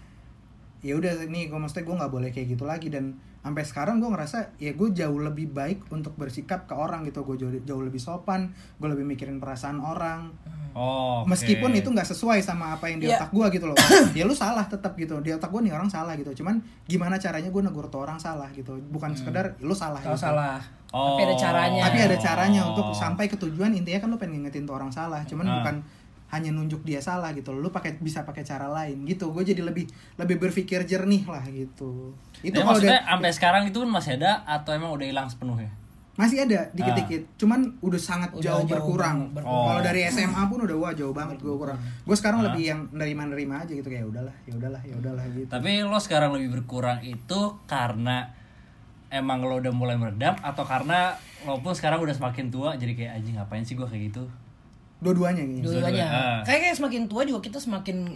Speaker 2: ya udah nih gue maksudnya gue nggak boleh kayak gitu lagi dan sampai sekarang gue ngerasa ya gue jauh lebih baik untuk bersikap ke orang gitu gue jauh, jauh lebih sopan gue lebih mikirin perasaan orang
Speaker 3: Oh. oke.
Speaker 2: meskipun itu nggak sesuai sama apa yang di
Speaker 4: Iya.
Speaker 2: otak gue gitu loh ya lu salah tetap gitu di otak gue nih orang salah gitu cuman gimana caranya gue negur tuh orang salah gitu bukan sekedar lu salah
Speaker 4: Tahu
Speaker 2: gitu.
Speaker 4: salah.
Speaker 3: Oh.
Speaker 4: Tapi ada caranya.
Speaker 2: tapi ada caranya untuk sampai ke tujuan intinya kan lu pengen ngingetin tuh orang salah cuman
Speaker 3: Ah.
Speaker 2: bukan hanya nunjuk dia salah gitu lu pakai bisa pakai cara lain gitu gue jadi lebih lebih berpikir jernih lah gitu itu
Speaker 3: Tapi
Speaker 2: kalau
Speaker 3: Ya, maksudnya
Speaker 2: udah-
Speaker 3: sampai sekarang itu pun masih ada atau emang udah hilang sepenuhnya?
Speaker 2: masih ada dikit-dikit
Speaker 3: Ah.
Speaker 2: cuman udah sangat
Speaker 4: Udah jauh
Speaker 2: jauh, berkurang, Hmm.
Speaker 4: ber-
Speaker 3: berkurang.
Speaker 2: kalau dari SMA pun udah wah jauh banget gue kurang gue
Speaker 3: Ah.
Speaker 2: sekarang lebih yang nerima-nerima aja gitu kayak "Ya udahlah ya udahlah ya udahlah gitu
Speaker 3: Tapi lo sekarang lebih berkurang itu karena emang lo udah mulai meredam atau karena lo pun sekarang udah semakin tua jadi kayak anjing ngapain sih gua kayak gitu?
Speaker 2: dua-duanya gitu
Speaker 4: Dua-duanya.
Speaker 3: Ah.
Speaker 4: Kayak kayak semakin tua juga kita semakin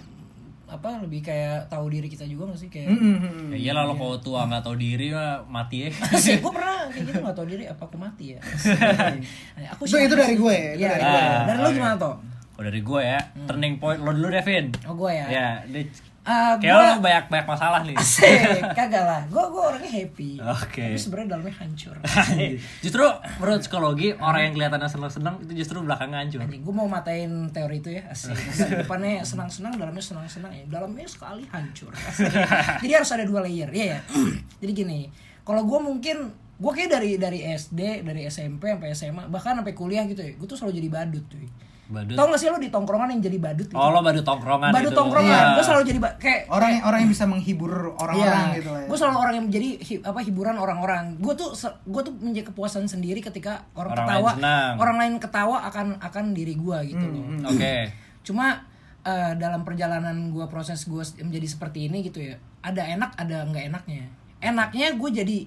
Speaker 4: apa lebih kayak tahu diri kita juga gak sih kayak.
Speaker 2: Hmm.
Speaker 3: Ya iyalah
Speaker 2: iya.
Speaker 3: lo kalau tua nggak tahu diri mah mati ya.
Speaker 4: Sih, gue pernah kayak gitu gak tau diri apa aku mati ya. Nah, aku
Speaker 2: Itu- itu dari gue, itu
Speaker 4: Iya,
Speaker 2: dari
Speaker 4: dari gue.
Speaker 3: gue.
Speaker 4: Dan lo
Speaker 3: Oke.
Speaker 4: gimana toh?
Speaker 3: Oh dari gue ya, turning point lo dulu Devin.
Speaker 4: Hmm. Oh gue ya.
Speaker 3: Ya, dia-
Speaker 4: Ah,
Speaker 3: kayak
Speaker 4: gue-
Speaker 3: lo banyak banyak masalah nih.
Speaker 4: Asik, kagak lah. Gue gue orangnya happy.
Speaker 3: Oke.
Speaker 4: Tapi sebenarnya dalamnya hancur.
Speaker 3: Eh, justru menurut psikologi orang yang kelihatannya seneng-seneng itu justru belakangnya hancur.
Speaker 4: Nanti gue mau matain teori itu ya asik. Depannya senang-senang, dalamnya senang-senang ya. Dalamnya sekali hancur. Asik. Jadi harus ada dua layer. Iya ya. Jadi gini, kalau gue mungkin gue kayak dari dari SD, dari SMP sampai SMA, bahkan sampai kuliah gitu ya. Gue tuh selalu jadi badut cuy.
Speaker 3: Badut.
Speaker 4: Tau gak sih lo di tongkrongan yang jadi badut gitu?
Speaker 3: Oh lo badut tongkrongan
Speaker 4: badut
Speaker 3: itu.
Speaker 4: tongkrongan.
Speaker 3: Iya.
Speaker 4: Gue selalu jadi ba- kayak
Speaker 2: orang orang yang bisa menghibur orang-orang gitu lah ya.
Speaker 4: Gue Iya. selalu orang yang menjadi hi- apa hiburan orang-orang. Gue tuh gue tuh menjadi kepuasan sendiri ketika orang,
Speaker 3: Orang
Speaker 4: ketawa,
Speaker 3: lain senang.
Speaker 4: orang lain ketawa akan akan diri gue gitu
Speaker 2: Hmm.
Speaker 4: loh.
Speaker 3: Oke.
Speaker 4: Cuma eh, dalam perjalanan gue proses gue menjadi seperti ini gitu ya. Ada enak, ada nggak enaknya. Enaknya gue jadi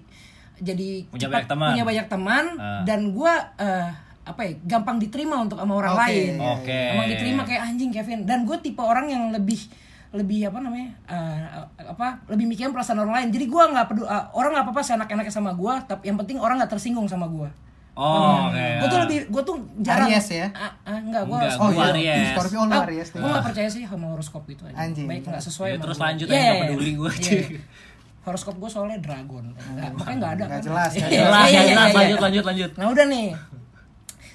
Speaker 4: jadi
Speaker 3: Punya
Speaker 4: cepat
Speaker 3: banyak teman.
Speaker 4: punya banyak teman
Speaker 3: Ah.
Speaker 4: dan gue apa ya gampang diterima untuk sama orang
Speaker 2: Oke. Iya,
Speaker 4: lain
Speaker 3: Oke.
Speaker 4: emang diterima kayak anjing Kevin dan gue tipe orang yang lebih lebih apa namanya uh, apa lebih mikirin perasaan orang lain jadi gue nggak peduli uh, orang nggak apa-apa seenak-enaknya sama gue tapi yang penting orang nggak tersinggung sama gue
Speaker 3: Oh, oke.
Speaker 4: gue Hmm. tuh lebih gue tuh jarang
Speaker 2: Aries ya?
Speaker 4: Ah, ah, nggak gue
Speaker 3: Nggak,
Speaker 2: Oh
Speaker 3: Gua
Speaker 2: iya,
Speaker 3: Aries.
Speaker 2: Scorpio lu Aries
Speaker 4: gue
Speaker 2: nih.
Speaker 4: nggak percaya sih sama horoskop gitu aja
Speaker 2: Anjing.
Speaker 4: baik nggak sesuai
Speaker 3: Ya,
Speaker 4: sama
Speaker 3: terus
Speaker 4: gua.
Speaker 3: lanjut aja,
Speaker 4: Iya,
Speaker 3: nggak
Speaker 4: iya,
Speaker 3: peduli
Speaker 4: iya.
Speaker 3: gua,
Speaker 4: Iya,
Speaker 3: cuy.
Speaker 4: iya. horoskop gue soalnya dragon Nggak, makanya nggak ada
Speaker 2: Nggak
Speaker 4: kan.
Speaker 2: jelas, nggak
Speaker 4: Iya,
Speaker 3: Jelas,
Speaker 4: iya,
Speaker 3: ya,
Speaker 4: iya,
Speaker 3: jelas.
Speaker 4: iya.
Speaker 3: Lanjut, lanjut, lanjut.
Speaker 4: Nah udah nih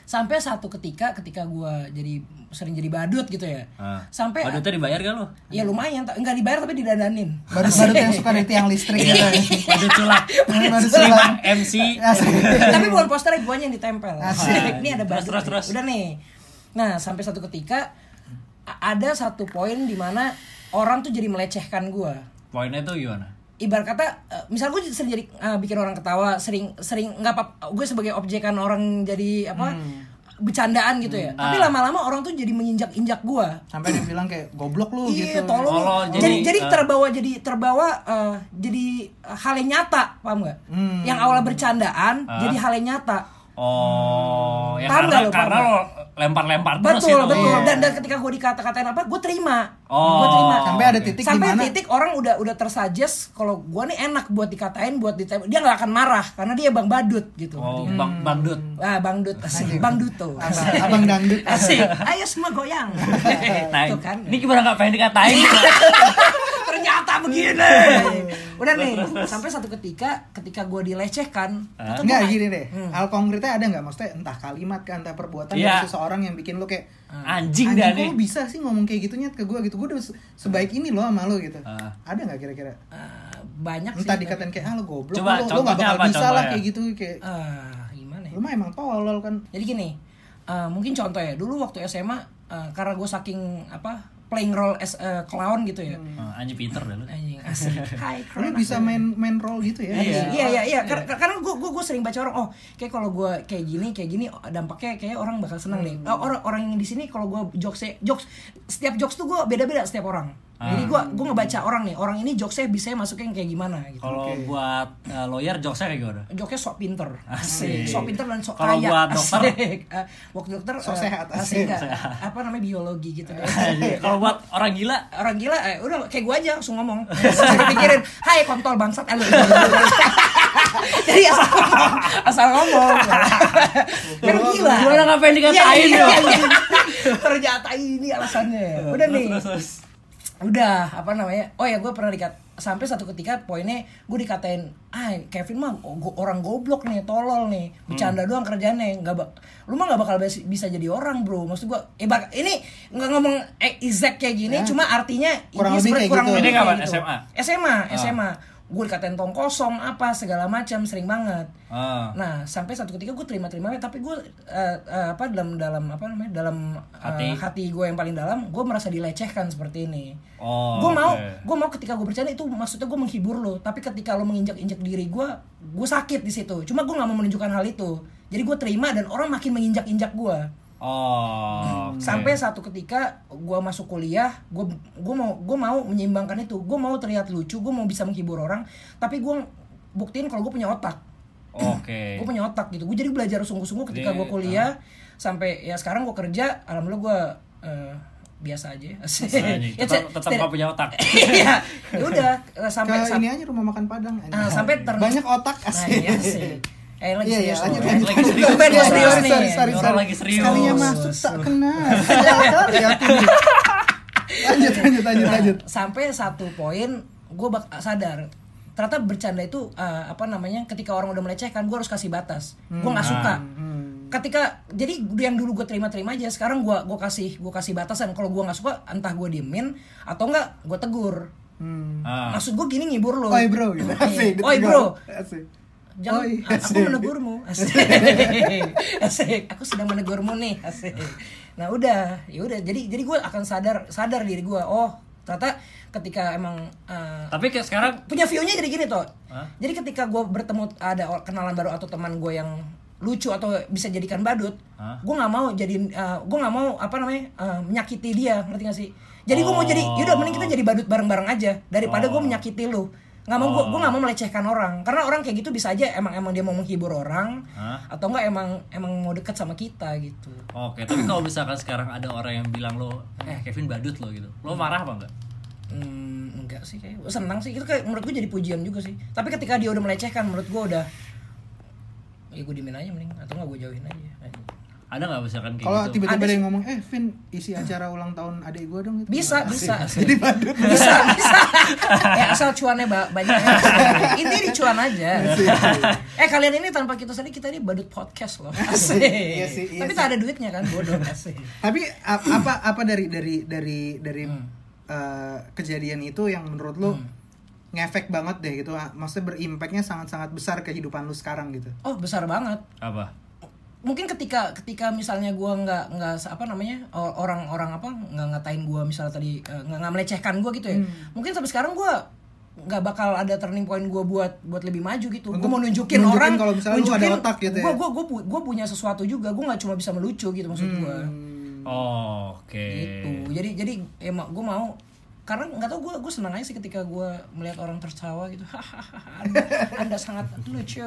Speaker 4: sampai satu ketika ketika gua jadi sering jadi badut gitu ya
Speaker 3: Ah.
Speaker 4: sampai
Speaker 3: Badutnya dibayar gak lo?
Speaker 4: ya lumayan tak- nggak dibayar tapi didadanin
Speaker 2: Baru baru yang suka dari tiang listrik
Speaker 4: Iya.
Speaker 3: Iya.
Speaker 2: gitu.
Speaker 3: Badut culak.
Speaker 2: Baru
Speaker 3: Terima
Speaker 2: suka.
Speaker 3: MC.
Speaker 2: Asik.
Speaker 4: tapi bukan posternya guanya yang ditempel Nah,
Speaker 2: Asik.
Speaker 4: ini ada badut
Speaker 3: Terus, terus, terus.
Speaker 4: udah nih nah sampai satu ketika a- ada satu poin di mana orang tuh jadi melecehkan gua
Speaker 3: Poinnya tuh gimana?
Speaker 4: ibarat kata eh, misal gue sering jadi eh, bikin orang ketawa sering sering nggak apa gue sebagai objekan orang jadi apa
Speaker 2: Hmm.
Speaker 4: bercandaan gitu ya tapi
Speaker 3: Ah.
Speaker 4: lama-lama orang tuh jadi menginjak injak gue
Speaker 2: Sampai dia bilang kayak goblok lu
Speaker 4: iya
Speaker 2: gitu. ah.
Speaker 4: tolong
Speaker 3: Tolol,
Speaker 4: jadi jadi,
Speaker 3: jadi- eh.
Speaker 4: terbawa jadi terbawa eh, jadi eh, hal yang nyata paham nggak
Speaker 2: Hmm.
Speaker 4: yang awalnya bercandaan
Speaker 3: Ah.
Speaker 4: jadi hal yang nyata
Speaker 3: Oh, ya
Speaker 4: Paham
Speaker 3: karena,
Speaker 4: nggak lo, paham
Speaker 3: karena lo lempar-lempar terus
Speaker 4: betul
Speaker 3: gitu.
Speaker 4: betul
Speaker 2: Iya.
Speaker 4: dan dan ketika gue dikata-katain apa gue terima
Speaker 3: Oh.
Speaker 4: gue terima
Speaker 2: Sampai ada titik di
Speaker 4: sampai
Speaker 2: mana
Speaker 4: titik orang udah udah tersajes kalau gua nih enak buat dikatain buat ditembak dia nggak akan marah karena dia bang badut gitu
Speaker 3: Oh, bang, bang Dut.
Speaker 4: ah bang dut asik bang duto
Speaker 2: Abang, abang dangdut
Speaker 4: asik ayo semua goyang
Speaker 3: Nah,
Speaker 4: Tuh kan
Speaker 3: ini gimana gak pengen dikatain?
Speaker 4: ternyata begini udah nih sampai satu ketika ketika gua dilecehkan
Speaker 3: Ah.
Speaker 4: itu Hmm. gua
Speaker 2: Enggak
Speaker 4: nggak-
Speaker 2: Nah, gini deh. Hal konkretnya ada nggak? Maksudnya entah kalimat kan, entah perbuatan
Speaker 3: Iya.
Speaker 2: dari seseorang yang bikin lu kayak
Speaker 3: Anjing dah
Speaker 2: anjing kok
Speaker 3: nih.
Speaker 2: lu bisa sih ngomong kayak gitu nyet ke gue gitu. Gue udah se- sebaik ini loh sama lu gitu.
Speaker 3: Ah.
Speaker 2: Ada nggak kira-kira?
Speaker 4: Ah, banyak sih
Speaker 2: Entah dikatain kayak ah lu goblok,
Speaker 3: Coba,
Speaker 2: lu, lu nggak
Speaker 3: contohnya
Speaker 2: bakal
Speaker 3: apa,
Speaker 2: bisa lah
Speaker 3: contohnya?
Speaker 2: kayak gitu kayak
Speaker 4: Ah, gimana ya
Speaker 2: lu mah emang tolol kan.
Speaker 4: Jadi gini, eh, mungkin contoh ya, dulu waktu SMA eh, karena gue saking apa playing role as a clown gitu ya.
Speaker 3: Oh, Anjing Peter dah lo.
Speaker 4: Anjing asik. Hai, clown.
Speaker 2: Lu Hmm. bisa main main role gitu ya.
Speaker 4: Iya iya iya, iya. Kar- kar- karena gue gue sering baca orang oh kayak kalau gue kayak gini kayak gini oh, dampaknya kayak orang bakal seneng nih. Oh, orang orang yang di sini kalau gue jokes jokes setiap jokes tuh gue beda beda setiap orang. Jadi gue gue ngebaca orang nih orang ini jokesnya bisa masuknya yang kayak gimana gitu.
Speaker 3: Kalau buat eh, lawyer jokesnya kayak gimana?
Speaker 4: Joknya sok pinter, Hmm.
Speaker 3: Asik.
Speaker 4: sok pinter dan sok
Speaker 3: Kalau
Speaker 4: kaya.
Speaker 3: buat dokter?
Speaker 4: Asik. Eh, waktu dokter
Speaker 2: Sok
Speaker 4: eh,
Speaker 2: sehat,
Speaker 4: asik
Speaker 2: asik.
Speaker 4: nggak? Apa namanya biologi gitu. deh.
Speaker 3: Kalau buat orang gila,
Speaker 4: Orang gila, eh, udah kayak gue aja langsung ngomong. Saya pikirin, hai kontol bangsat, eh, lu." Jadi asal ngomong, asal ngomong. Kan gila.
Speaker 3: gimana gak pengen dikatain
Speaker 4: Iya,
Speaker 3: lo?
Speaker 4: iya, iya. Ternyata ini alasannya. Udah nih
Speaker 3: Terus, terus.
Speaker 4: udah apa namanya oh ya gue pernah dikat sampai satu ketika poinnya gue dikatain ah Kevin mah go- orang goblok nih tolol nih
Speaker 3: Hmm.
Speaker 4: bercanda doang kerjaannya nggak bak lu mah nggak bakal bes- bisa jadi orang bro maksud gue eh bak- ini nggak ngomong eh, exact kayak gini
Speaker 2: Ya.
Speaker 4: cuma artinya intinya
Speaker 2: Kurang lebih
Speaker 4: seperti-
Speaker 2: kayak gitu.
Speaker 4: lebih
Speaker 3: Ini kapan?
Speaker 4: kayak
Speaker 3: SMA?
Speaker 4: SMA SMA
Speaker 3: Ah.
Speaker 4: gue dikatain tong kosong apa segala macam sering banget
Speaker 3: Ah.
Speaker 4: Nah, sampai satu ketika gue terima-terima tapi gue apa dalam dalam apa namanya? dalam eh,
Speaker 3: Hati.
Speaker 4: hati gue yang paling dalam, gue merasa dilecehkan seperti ini.
Speaker 3: Oh,
Speaker 4: gue mau
Speaker 3: oke.
Speaker 4: gue mau ketika gue bercanda itu maksudnya gue menghibur lo, tapi ketika lo menginjak-injak diri gue, gue sakit di situ. Cuma gue nggak mau menunjukkan hal itu. Jadi gue terima dan orang makin menginjak-injak gue
Speaker 3: Oh, oke.
Speaker 4: sampai satu ketika gua masuk kuliah gua gua mau gua mau menyeimbangkan itu gua mau terlihat lucu gua mau bisa menghibur orang tapi gua buktiin kalau gua punya otak
Speaker 3: Oke.
Speaker 4: gua punya otak gitu gua jadi belajar sungguh-sungguh ketika
Speaker 3: Jadi,
Speaker 4: gua kuliah
Speaker 3: iya.
Speaker 4: sampai ya sekarang gua kerja alhamdulillah gua eh, biasa aja
Speaker 3: Anjing,
Speaker 4: Ya,
Speaker 3: gitu. Tetap
Speaker 4: se-
Speaker 3: tetap gak punya otak.
Speaker 4: Iya, ya udah eh,
Speaker 2: Ke
Speaker 4: sampai
Speaker 2: ini aja rumah makan Padang anjing.
Speaker 4: Ah, sampai ter-
Speaker 2: banyak otak
Speaker 4: Nah,
Speaker 2: asik.
Speaker 4: iya sih. Eh, lagi
Speaker 2: Iya, iya,
Speaker 4: serius
Speaker 2: lanjut,
Speaker 4: loh.
Speaker 2: lanjut.
Speaker 3: Lagi serius.
Speaker 4: Tumben gua
Speaker 3: Sorry,
Speaker 4: serius
Speaker 3: sorry,
Speaker 4: nih.
Speaker 2: sorry, sorry,
Speaker 3: Orang
Speaker 2: sorry.
Speaker 3: lagi serius.
Speaker 2: Sekalinya masuk tak kena. Sial kali aku nih. Lanjut lanjut lanjut
Speaker 4: Nah,
Speaker 2: lanjut.
Speaker 4: sampai satu poin gue bak sadar ternyata bercanda itu eh, apa namanya ketika orang udah melecehkan gue harus kasih batas gue nggak
Speaker 2: Hmm.
Speaker 4: suka ketika jadi yang dulu gue terima-terima aja sekarang gue gua kasih gue kasih batasan kalau gue nggak suka entah gue diemin atau enggak gue tegur
Speaker 2: Hmm.
Speaker 3: Ah.
Speaker 4: maksud gue gini ngibur lo
Speaker 2: Oi bro gitu. Asik.
Speaker 4: Oi, bro.
Speaker 2: Asik.
Speaker 4: Jangan, Ah.
Speaker 2: Oi,
Speaker 4: "A- aku
Speaker 2: Oh, iya. asik.
Speaker 4: menegurmu asik. asik aku sedang menegurmu nih asik nah udah ya udah jadi jadi gue akan sadar sadar diri gue oh ternyata ketika emang eh,
Speaker 3: Tapi kayak sekarang
Speaker 4: punya view-nya jadi gini toh.
Speaker 3: Hah?
Speaker 4: Jadi ketika gue bertemu ada or- kenalan baru atau teman gue yang lucu atau bisa jadikan badut,
Speaker 3: Hah?
Speaker 4: gue nggak mau jadi gue nggak mau apa namanya eh,
Speaker 3: Oh.
Speaker 4: menyakiti dia, ngerti gak sih? Jadi gue mau jadi, yaudah mending kita jadi badut bareng-bareng aja daripada gue menyakiti lu. nggak mau gua
Speaker 3: Oh.
Speaker 4: gue nggak mau melecehkan orang karena orang kayak gitu bisa aja emang emang dia mau menghibur orang
Speaker 3: Hah?
Speaker 4: atau enggak emang emang mau deket sama kita gitu
Speaker 3: Oke, tapi kalau misalkan sekarang ada orang yang bilang lo, eh Kevin badut lo gitu, lo marah apa enggak?
Speaker 4: Hmm, enggak sih kayak Gua senang sih itu kayak menurut gue jadi pujian juga sih tapi ketika dia udah melecehkan menurut gue udah ya gue dimin aja mending atau nggak gue jauhin aja
Speaker 3: Ada nggak misalkan kayak
Speaker 2: Kalau
Speaker 3: gitu?
Speaker 2: tiba-tiba
Speaker 4: Ada
Speaker 2: ada yang ngomong, eh Vin isi acara ulang tahun adik gue dong. Gitu.
Speaker 4: bisa bisa
Speaker 2: Jadi badut.
Speaker 4: bisa bisa ya asal cuannya ba- banyak ya. intinya dicuan aja
Speaker 2: Iya
Speaker 4: eh kalian ini tanpa kita sadari kita ini badut podcast loh asik
Speaker 2: Iya sih, iya
Speaker 4: tapi
Speaker 2: sih.
Speaker 4: tak ada duitnya kan bodoh asik
Speaker 2: Tapi a- apa apa dari dari dari dari
Speaker 4: Hmm.
Speaker 2: eh, kejadian itu yang menurut lu ngefek banget deh gitu. Maksudnya berimpactnya sangat-sangat besar kehidupan lu sekarang gitu.
Speaker 4: oh besar banget
Speaker 3: Apa?
Speaker 4: mungkin ketika ketika misalnya gua nggak nggak se- apa namanya o- orang-orang apa nggak ngatain gua misalnya tadi eh, nggak nggak melecehkan gua gitu ya mungkin sampai sekarang gua nggak bakal ada turning point gua buat buat lebih maju gitu gua
Speaker 2: Untuk
Speaker 4: mau nunjukin,
Speaker 2: nunjukin
Speaker 4: orang
Speaker 2: kalau misalnya lu ada otak gitu ya.
Speaker 4: gua, gua, gua, pu- gua punya sesuatu juga gua nggak cuma bisa melucu gitu maksud gua
Speaker 2: Hmm.
Speaker 3: Oh, Oke.
Speaker 4: gitu jadi jadi emang gua mau karena nggak tau gua gua senang aja sih ketika gua melihat orang tertawa gitu hahaha anda, anda sangat lucu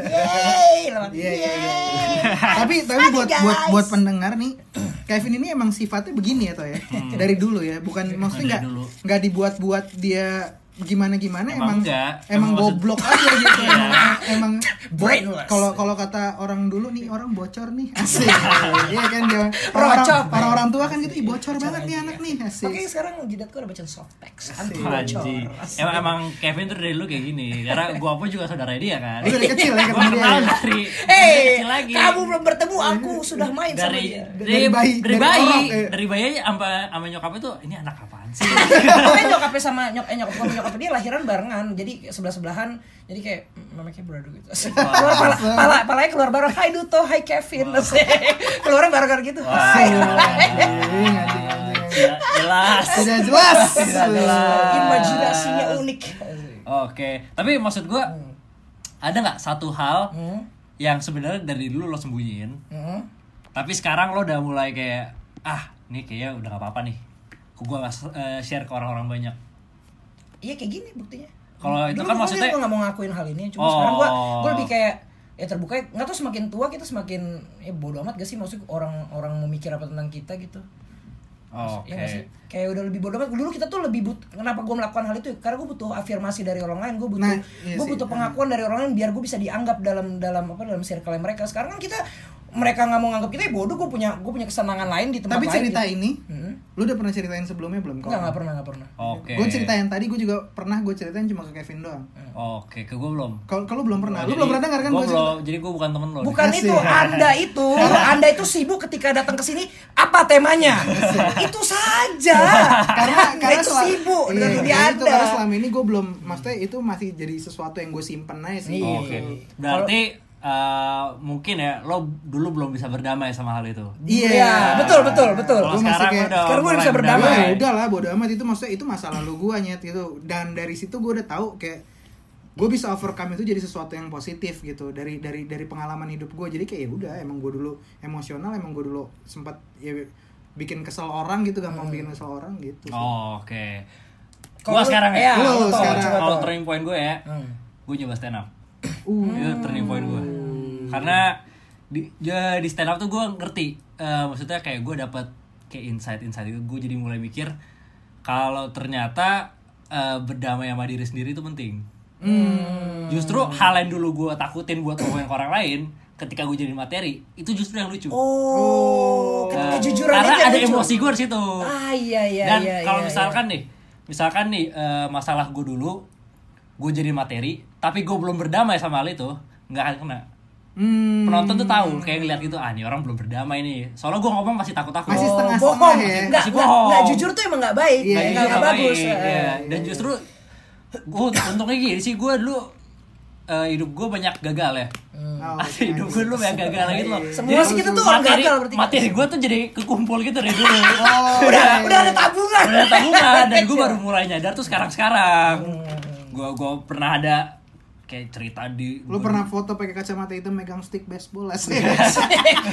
Speaker 4: yeay lewat
Speaker 2: Iya, iya, iya.
Speaker 4: yeay
Speaker 2: tapi tapi buat
Speaker 4: guys.
Speaker 2: buat buat pendengar nih Kevin ini emang sifatnya begini ya toh ya dari dulu ya bukan maksudnya nggak
Speaker 3: dulu.
Speaker 2: nggak dibuat-buat dia gimana gimana emang
Speaker 3: Emang nggak.
Speaker 2: emang
Speaker 3: Emang maksud-
Speaker 2: goblok aja gitu emang emang
Speaker 4: Brainless.
Speaker 2: kalau kalau kata orang dulu nih orang bocor nih asik iya kan dia orang
Speaker 4: Rocok.
Speaker 2: orang orang tua kan gitu ih bocor banget nih anak nih asik
Speaker 4: Makanya sekarang jidatku ada bacaan soft kan? text anti bocor.
Speaker 3: Anjing. Emang emang Kevin tuh dari dulu kayak gini. Karena gua pun juga saudara dia kan.
Speaker 4: Oh,
Speaker 2: Lu dari kecil ya
Speaker 3: Gua
Speaker 2: ketemu dia
Speaker 3: kenal
Speaker 2: ya?
Speaker 3: dari dari
Speaker 4: Eh,
Speaker 3: kecil lagi.
Speaker 4: kamu belum bertemu aku sudah main sama
Speaker 3: dari
Speaker 4: dia.
Speaker 3: dari
Speaker 2: Dari
Speaker 3: bayi
Speaker 2: bayi-
Speaker 3: dari
Speaker 2: dari
Speaker 3: bayi
Speaker 2: orang, eh.
Speaker 3: dari bayi sama sama nyokapnya tuh ini anak apaan sih
Speaker 4: Makanya nyokapnya sama nyok eh, nyokap gua sama nyokap dia lahiran barengan, jadi sebelah sebelahan, jadi kayak mm, namanya kayak beradu gitu. keluar pala, pala, palanya keluar bareng. Hai Duto, hai Kevin, keluar bareng gitu.
Speaker 2: Iya,
Speaker 4: Hai.
Speaker 2: Anjing, anjing, anjing.
Speaker 3: Ya, jelas
Speaker 2: tidak jelas
Speaker 4: Imajinasinya unik.
Speaker 3: oke tapi maksud gua ada nggak satu hal
Speaker 4: Hmm,
Speaker 3: yang sebenarnya dari dulu lo sembunyiin
Speaker 4: hmm.
Speaker 3: tapi sekarang lo udah mulai kayak ah ini kayaknya udah gak apa-apa nih gua nggak s- eh, share ke orang-orang banyak
Speaker 4: Iya kayak gini buktinya.
Speaker 3: Kalau itu
Speaker 4: Dulu
Speaker 3: kan
Speaker 4: gua-
Speaker 3: maksudnya-
Speaker 4: gua nggak mau ngakuin hal ini, cuma
Speaker 3: Oh.
Speaker 4: sekarang gua gua lebih kayak ya terbuka nggak tuh semakin tua kita semakin ya bodoh amat gak sih maksud orang orang mau mikir apa tentang kita gitu
Speaker 3: oke
Speaker 4: ya nggak sih kayak udah lebih bodoh amat dulu kita tuh lebih but kenapa gue melakukan hal itu ya? karena gue butuh afirmasi dari orang lain gue butuh
Speaker 2: Nah, iya
Speaker 4: gua
Speaker 2: sih.
Speaker 4: butuh pengakuan dari orang lain biar gue bisa dianggap dalam dalam apa dalam circle mereka sekarang kan kita mereka nggak mau nganggap kita ya bodoh gue punya gue punya kesenangan lain di tempat
Speaker 2: tapi
Speaker 4: lain
Speaker 2: cerita
Speaker 4: gitu.
Speaker 2: ini
Speaker 4: Hmm.
Speaker 2: lu udah pernah ceritain sebelumnya belum
Speaker 4: nggak nggak pernah nggak pernah
Speaker 3: oke
Speaker 2: Gue cerita yang tadi gue juga pernah gue ceritain cuma ke Kevin doang.
Speaker 3: oke ke gua belum
Speaker 2: Kalau kalau belum pernah, lu
Speaker 3: Jadi,
Speaker 2: belum pernah dengar kan
Speaker 3: gua
Speaker 2: gue cerita?
Speaker 3: belum jadi gua bukan temen lo
Speaker 4: Bukan
Speaker 2: Asik.
Speaker 4: itu, Anda itu, Anda itu sibuk ketika datang ke sini apa temanya? itu saja.
Speaker 2: Iya Karena
Speaker 4: Anda
Speaker 2: karena
Speaker 4: itu
Speaker 2: sela-
Speaker 4: sibuk
Speaker 2: iya,
Speaker 4: dengan dunia
Speaker 2: karena itu
Speaker 4: Anda.
Speaker 2: karena selama ini gue belum, maksudnya itu masih jadi sesuatu yang gue simpen aja sih.
Speaker 4: Iya.
Speaker 3: Oke. Berarti eh, mungkin ya lo dulu belum bisa berdamai sama hal itu.
Speaker 2: Iya.
Speaker 4: Iya, betul betul betul.
Speaker 3: Kalau
Speaker 2: Gua masih
Speaker 3: sekarang
Speaker 2: kayak-
Speaker 3: udah
Speaker 4: sekarang gua
Speaker 3: mulai
Speaker 4: bisa berdamai.
Speaker 2: Ya
Speaker 3: berdamai.
Speaker 2: udah lah, bodo amat itu maksudnya itu masa lalu gue nyet gitu. Dan dari situ gue udah tahu kayak gue bisa overcome itu jadi sesuatu yang positif gitu dari dari dari pengalaman hidup gue jadi kayak ya udah emang gue dulu emosional emang gue dulu sempat ya bikin kesel orang gitu gampang bikin kesel orang gitu sih.
Speaker 3: Oh, Oke.
Speaker 4: Kalau
Speaker 3: Gua
Speaker 4: lu-
Speaker 3: sekarang
Speaker 4: iya,
Speaker 3: ya.
Speaker 2: Lu
Speaker 4: lu tau,
Speaker 2: sekarang.
Speaker 4: coba
Speaker 3: Kalau
Speaker 4: tau.
Speaker 3: turning point gue ya,
Speaker 4: Hmm.
Speaker 3: gue nyoba stand up.
Speaker 2: Uh.
Speaker 3: Itu turning point gue.
Speaker 4: Hmm.
Speaker 3: Karena di ya, di stand up tuh gue ngerti. eh, maksudnya kayak gue dapet kayak insight-insight itu gue jadi mulai mikir kalau ternyata eh, berdamai sama diri sendiri itu penting.
Speaker 4: Hmm.
Speaker 3: Justru hal yang dulu gue takutin buat ngomongin ke orang lain, ketika gue jadi materi itu justru yang lucu.
Speaker 4: Oh,
Speaker 3: Nah,
Speaker 4: kejujuran
Speaker 3: karena
Speaker 4: aja
Speaker 3: ada
Speaker 4: lucu.
Speaker 3: emosi gue di situ.
Speaker 4: Ah iya iya
Speaker 3: Dan
Speaker 4: iya.
Speaker 3: kalau
Speaker 4: iya,
Speaker 3: misalkan nih, misalkan nih eh, masalah gue dulu, gue jadi materi, tapi gue belum berdamai sama hal itu, nggak akan kena.
Speaker 2: Hmm.
Speaker 3: Penonton tuh tahu, kayak ngeliat gitu, ah ini orang belum berdamai nih. Soalnya gue ngomong masih takut-takut.
Speaker 2: Masih
Speaker 4: iya.
Speaker 2: setengah
Speaker 4: bohong.
Speaker 2: ya.
Speaker 4: Nggak,
Speaker 3: Masih
Speaker 4: nggak-
Speaker 3: bohong.
Speaker 4: nggak jujur tuh emang nggak baik,
Speaker 2: Iya,
Speaker 4: nggak
Speaker 2: iya,
Speaker 4: nggak
Speaker 2: nggak
Speaker 4: bagus. iya.
Speaker 3: Iya.
Speaker 4: Eh,
Speaker 3: Dan justru gue untungnya gini sih, gue dulu eh, hidup gue banyak gagal ya.
Speaker 2: Oh,
Speaker 4: iya,
Speaker 3: hidup gue dulu banyak gagal gitu loh.
Speaker 4: Semua sih kita tuh orang
Speaker 3: materi,
Speaker 4: gagal berarti.
Speaker 3: Materi gue tuh jadi kekumpul gitu dari dulu.
Speaker 2: Oh,
Speaker 4: Udah
Speaker 2: iya, iya.
Speaker 4: udah ada tabungan.
Speaker 3: Udah tabungan dan gue baru mulai nyadar tuh sekarang sekarang gue gue pernah ada kayak cerita di
Speaker 2: Lu pernah foto pakai kacamata hitam megang stick baseball asik.
Speaker 4: Iya.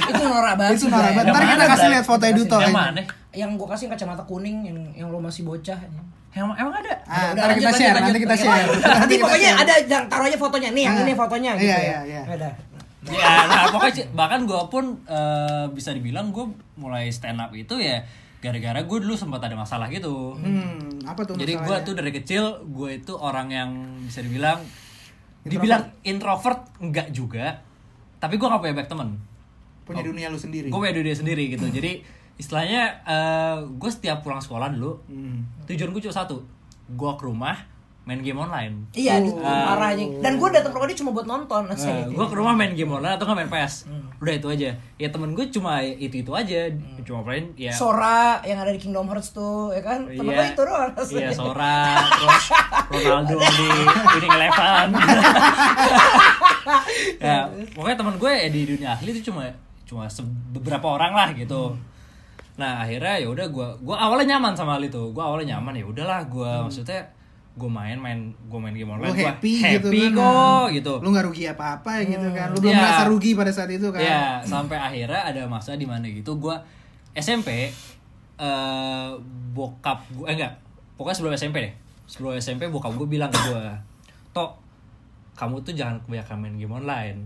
Speaker 4: itu norak banget.
Speaker 2: Itu norak banget.
Speaker 3: Yang
Speaker 2: Ntar kita
Speaker 3: mana,
Speaker 2: kasih
Speaker 3: Bray?
Speaker 2: lihat foto Edu toh.
Speaker 3: yang mana
Speaker 4: Yang gue kasih kacamata kuning yang yang lo masih bocah.
Speaker 3: Emang, emang ada?
Speaker 2: Ah,
Speaker 4: Udah,
Speaker 2: ntar
Speaker 4: lanjut,
Speaker 2: kita
Speaker 4: lanjut,
Speaker 2: share,
Speaker 4: lanjut.
Speaker 2: nanti kita
Speaker 4: Oke, Oh,
Speaker 2: share.
Speaker 4: Nanti
Speaker 2: kita
Speaker 4: pokoknya
Speaker 2: share.
Speaker 4: ada yang taruh aja fotonya. Nih, yang
Speaker 2: Nah,
Speaker 4: ini fotonya gitu.
Speaker 2: iya,
Speaker 4: ya.
Speaker 2: iya, iya.
Speaker 4: Ada.
Speaker 3: ya nah, pokoknya c- bahkan gue pun eh, bisa dibilang gue mulai stand up itu ya gara-gara gue dulu sempat ada masalah gitu
Speaker 2: Hmm, apa tuh
Speaker 3: jadi gue
Speaker 2: masalahnya?
Speaker 3: tuh dari kecil gue itu orang yang bisa dibilang dibilang introvert enggak juga tapi gue gak punya banyak temen
Speaker 2: punya Hmm, dunia lu sendiri.
Speaker 3: gue punya dunia sendiri gitu
Speaker 2: Hmm.
Speaker 3: jadi istilahnya gue setiap pulang sekolah dulu
Speaker 2: Hmm.
Speaker 3: tujuan gue cuma satu gue ke rumah main game online
Speaker 4: Iya, di arahnya. Dan gue datang ke rumah dia cuma buat nonton.
Speaker 2: Ah.
Speaker 4: asli.
Speaker 2: Iya.
Speaker 3: gue ke rumah main game online atau nggak main PS udah itu aja ya temen gue cuma itu itu aja cuma main ya
Speaker 4: Sora yang ada di Kingdom Hearts tuh, ya kan? Temen gue itu doang. asli.
Speaker 3: Iya, Sora, terus Ronaldo di Winning Eleven. ya, pokoknya teman gue ya di dunia ahli itu cuma cuma se- beberapa orang lah gitu. Nah, akhirnya ya udah gue gue awalnya nyaman sama hal itu. Gue awalnya nyaman ya udahlah gue maksudnya gue main-main gue main
Speaker 2: Lu
Speaker 3: game online gue
Speaker 2: happy, gitu
Speaker 3: happy
Speaker 2: kan.
Speaker 3: kok gitu.
Speaker 2: Lu nggak rugi apa-apa ya gitu kan. Lu belum
Speaker 3: Iya.
Speaker 2: merasa rugi pada saat itu kan.
Speaker 3: Ya, sampai akhirnya ada masa di mana gitu gua SMP eh bokap gua eh enggak, pokoknya sebelum SMP deh. Sebelum SMP bokap gua bilang ke gua, "Tok, kamu tuh jangan kebanyakan main game online.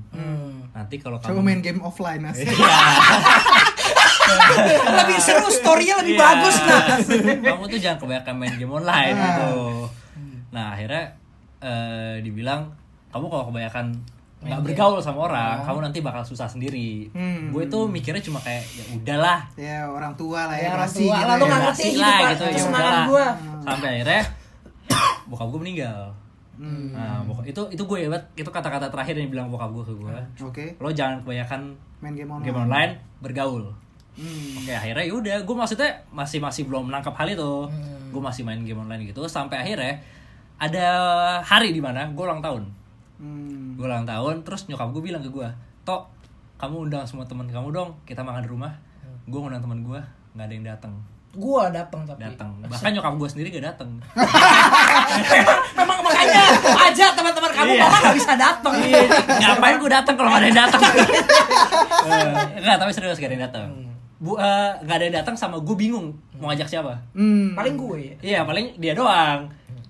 Speaker 3: Nanti kalau
Speaker 2: Hmm.
Speaker 3: kamu
Speaker 2: Coba main game offline asik.
Speaker 3: Iya.
Speaker 4: lebih seru, story-nya lebih
Speaker 3: Iya.
Speaker 4: bagus nah.
Speaker 3: Kamu tuh jangan kebanyakan main game online gitu. Nah, akhirnya eh, dibilang kamu kalau kebanyakan nggak bergaul
Speaker 4: Oh.
Speaker 3: sama orang, kamu nanti bakal susah sendiri.
Speaker 2: Hmm.
Speaker 3: Gue tuh mikirnya cuma kayak ya udahlah,
Speaker 2: Ya orang tua lah
Speaker 4: Ya,
Speaker 2: ya,
Speaker 4: orang
Speaker 2: pasti
Speaker 4: tua
Speaker 2: gitu
Speaker 4: lah, lu
Speaker 2: ya.
Speaker 4: nggak ngerti.
Speaker 3: Basi
Speaker 4: gitu,
Speaker 3: lah
Speaker 4: Pak.
Speaker 3: gitu
Speaker 4: Itu
Speaker 3: ya
Speaker 4: semangat
Speaker 3: udahlah.
Speaker 4: gua.
Speaker 3: sampai akhirnya bokap gue meninggal
Speaker 4: Hmm.
Speaker 3: nah, bokap, itu itu gue ya Bet. itu kata-kata terakhir yang bilang bokap gue ke gue
Speaker 4: Hmm.
Speaker 2: Oke,
Speaker 3: lo jangan kebanyakan
Speaker 2: main game online.
Speaker 3: game online bergaul
Speaker 2: Hmm.
Speaker 3: oke akhirnya yaudah gue maksudnya masih masih belum menangkap hal itu gue masih main game online gitu sampai akhirnya ada hari di mana gue ulang tahun
Speaker 2: Hmm.
Speaker 3: gue ulang tahun terus nyokap gue bilang ke gue tok kamu undang semua teman kamu dong kita makan di rumah gue ngundang teman gue nggak ada yang datang
Speaker 4: Gua datang tapi.
Speaker 3: datang bahkan nyokap gue sendiri gak datang
Speaker 4: Memang makanya aja teman-teman kamu
Speaker 3: Iya.
Speaker 4: mama nggak bisa datang.
Speaker 2: Iya.
Speaker 3: ngapain gue datang kalau gak ada yang datang Eh, nggak tapi serius gak ada yang datang bu eh, nggak ada yang datang sama gue bingung mau ngajak siapa
Speaker 2: Hmm.
Speaker 4: Paling gue. ya.
Speaker 3: iya paling dia doang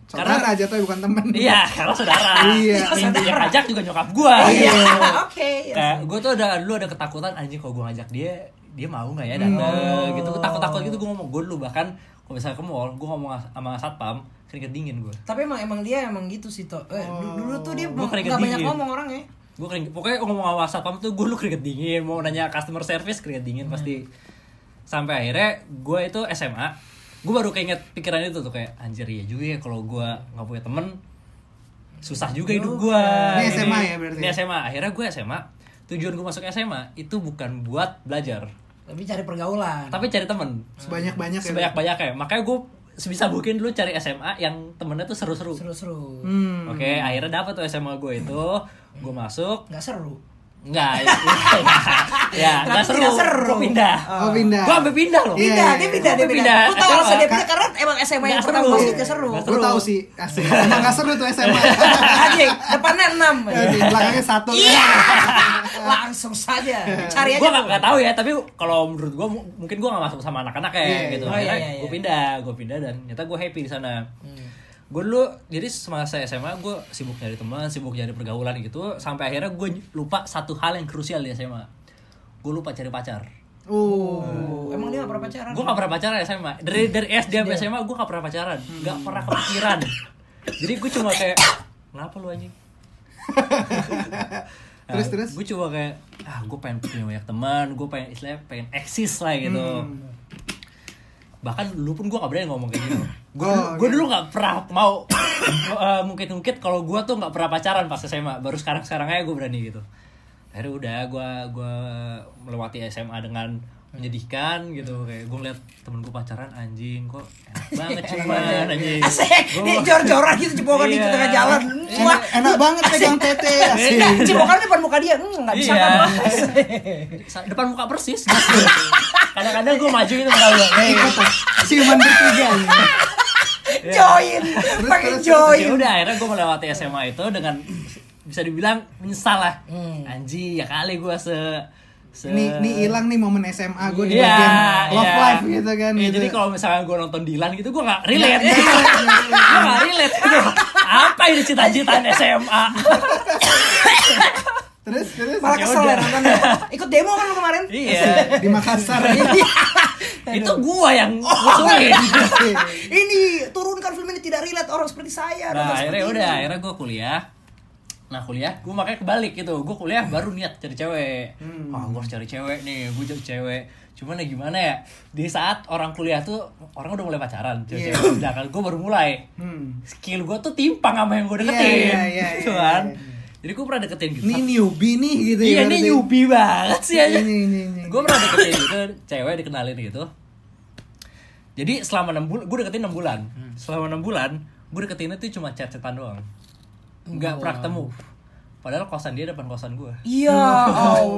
Speaker 2: Saudara
Speaker 3: karena
Speaker 2: aja tuh bukan temen.
Speaker 3: iya karena saudara
Speaker 2: Iya.
Speaker 3: Yang- yang ngajak juga nyokap gue
Speaker 4: Iya. Oke. ya.
Speaker 3: kayak gue tuh ada dulu ada ketakutan anjing kalau gue ngajak dia dia mau nggak ya
Speaker 2: Oh.
Speaker 3: datang gitu gue takut takut gitu gue ngomong gue dulu bahkan kalau misalnya ke mall gue ngomong sama satpam keringet dingin gue
Speaker 4: Tapi emang emang dia emang gitu sih toh. Eh, du- dulu tuh dia
Speaker 2: Oh,
Speaker 3: Gua
Speaker 4: nggak
Speaker 3: keringet
Speaker 4: banyak
Speaker 2: gitu.
Speaker 3: dingin.
Speaker 4: ngomong orang ya.
Speaker 3: gue kering pokoknya ngomong sama satpam tuh gue lu keringet dingin mau nanya customer service keringet
Speaker 2: Hmm.
Speaker 3: dingin pasti sampai akhirnya gue itu SMA gue baru keinget pikiran itu tuh kayak anjir ya juga ya kalau gue nggak punya temen susah juga hidup gue
Speaker 2: Ini SMA ya berarti?
Speaker 3: ini SMA akhirnya gue SMA tujuan gue masuk SMA itu bukan buat belajar
Speaker 4: Tapi cari pergaulan.
Speaker 3: tapi cari temen
Speaker 2: Hmm. Sebanyak-banyak ya.
Speaker 3: sebanyak banyaknya makanya gue sebisa mungkin dulu cari SMA yang temennya tuh seru-seru
Speaker 4: Seru-seru.
Speaker 2: Hmm.
Speaker 3: oke akhirnya dapet tuh SMA gue itu gue masuk
Speaker 4: Nggak seru.
Speaker 3: Enggak, ya, ya, enggak
Speaker 4: Kenapa
Speaker 3: seru.
Speaker 4: tidak seru?
Speaker 3: Gua pindah.
Speaker 2: Oh, pindah.
Speaker 3: Gua sampai pindah loh.
Speaker 2: Iya,
Speaker 4: Pindah,
Speaker 2: iya,
Speaker 4: dia
Speaker 2: iya.
Speaker 4: pindah, dia
Speaker 3: Tapi
Speaker 4: pindah.
Speaker 3: pindah.
Speaker 4: Aku tahu
Speaker 3: Kenapa?
Speaker 4: alasan dia pindah karena emang SMA yang
Speaker 3: Nggak
Speaker 4: pertama
Speaker 3: seru.
Speaker 4: pasti nggak seru.
Speaker 3: Nggak
Speaker 2: Gue
Speaker 3: Seru.
Speaker 2: tau sih, asik. Emang gak seru tuh SMA.
Speaker 4: Aja, depannya enam.
Speaker 2: Di belakangnya satu.
Speaker 4: Iya. Langsung saja. Cari aja.
Speaker 3: Gua enggak
Speaker 4: tuh.
Speaker 3: enggak tahu ya, tapi kalau menurut gua mu- mungkin gua enggak masuk sama anak-anak ya
Speaker 2: Iya,
Speaker 3: gitu.
Speaker 4: iya,
Speaker 3: Akhirnya
Speaker 4: iya, iya.
Speaker 3: gua pindah, gua pindah dan ternyata gua happy di sana. Gue dulu jadi semasa SMA gue sibuk nyari teman, sibuk nyari pergaulan gitu sampai akhirnya gue lupa satu hal yang krusial di SMA. Gue lupa cari pacar.
Speaker 2: Oh.
Speaker 4: Oh, Emang dia nggak pernah pacaran?
Speaker 3: Gue gak pernah pacaran SMA. Dari dari SD sampai SMA gue gak pernah pacaran, gak pernah kepikiran. Jadi gue cuma kayak kenapa lu anjing?
Speaker 2: Terus, terus?
Speaker 3: gue coba kayak ah gue pengen punya banyak teman gue pengen istilahnya pengen eksis lah gitu
Speaker 2: Hmm.
Speaker 3: bahkan dulu pun gue gak berani ngomong kayak gitu gue
Speaker 2: Oh,
Speaker 3: gue
Speaker 2: iya.
Speaker 3: dulu gak pernah mau mungkin mungkin kalau gue tuh gak pernah pacaran pas SMA baru sekarang sekarang aja gue berani gitu akhirnya udah gue gue melewati SMA dengan menyedihkan gitu kayak gue ngeliat temen gue pacaran anjing kok enak banget
Speaker 2: Iya,
Speaker 3: cuman anjing
Speaker 4: Asik, dia jor-joran gitu cipokan di
Speaker 3: Iya.
Speaker 4: tengah jalan. Wah,
Speaker 2: Enak, enak banget pegang tete. Asik.
Speaker 4: enggak, cipokan depan muka dia. Hmm, enggak bisa
Speaker 3: Iya.
Speaker 4: kan.
Speaker 3: Sa- depan muka persis gitu. kadang-kadang gue maju gitu, Iya. itu muka gue
Speaker 2: Eh, ikut tuh. Siuman
Speaker 3: iya.
Speaker 2: bertiga. nih.
Speaker 4: Join, pakai
Speaker 2: terus, terus,
Speaker 3: ya
Speaker 4: join.
Speaker 3: udah akhirnya gue melewati SMA itu dengan bisa dibilang menyesal lah anji ya kali gue se
Speaker 2: Hmm. Ini ini hilang nih momen SMA gue di
Speaker 3: Iya,
Speaker 2: bagian love
Speaker 3: iya.
Speaker 2: life gitu kan.
Speaker 3: Iya,
Speaker 2: gitu. Iya,
Speaker 3: jadi kalau misalnya gue nonton Dilan gitu gue gak relate gue gak relate apa ini cita-citaan SMA
Speaker 2: terus terus
Speaker 4: Malah kesel
Speaker 3: Yaudah.
Speaker 4: ya nontonnya. Ikut demo kan lu kemarin?
Speaker 3: iya
Speaker 2: di Makassar.
Speaker 3: itu gue
Speaker 2: Oh,
Speaker 3: yang musuhin
Speaker 2: iya.
Speaker 4: Ini turunkan film ini tidak relate orang seperti saya.
Speaker 3: nah
Speaker 4: nonton
Speaker 3: akhirnya
Speaker 4: seperti
Speaker 3: udah
Speaker 4: ini.
Speaker 3: akhirnya gue kuliah nah kuliah gue makanya kebalik gitu gue kuliah baru niat cari cewek
Speaker 2: Hmm.
Speaker 3: ah gue harus cari cewek nih gue cari cewek cuman ya gimana ya di saat orang kuliah tuh orang udah mulai pacaran cewek
Speaker 2: Iya.
Speaker 3: cewek sedangkan gue baru mulai
Speaker 2: Hmm.
Speaker 3: skill gue tuh timpang sama yang gue
Speaker 2: Iya,
Speaker 3: deketin
Speaker 2: iya, iya,
Speaker 3: gitu
Speaker 2: iya,
Speaker 3: kan
Speaker 2: iya.
Speaker 3: jadi gue pernah deketin gitu
Speaker 2: Ini newbie nih gitu
Speaker 3: iya
Speaker 2: berarti.
Speaker 3: ini newbie banget sih aja
Speaker 2: Ini ini ini.
Speaker 3: gue pernah deketin gitu cewek dikenalin gitu jadi selama enam bulan gue deketin enam bulan selama enam bulan gue deketinnya tuh cuma chat-chatan doang nggak pernah ketemu padahal kosan dia depan kosan gue
Speaker 4: Ya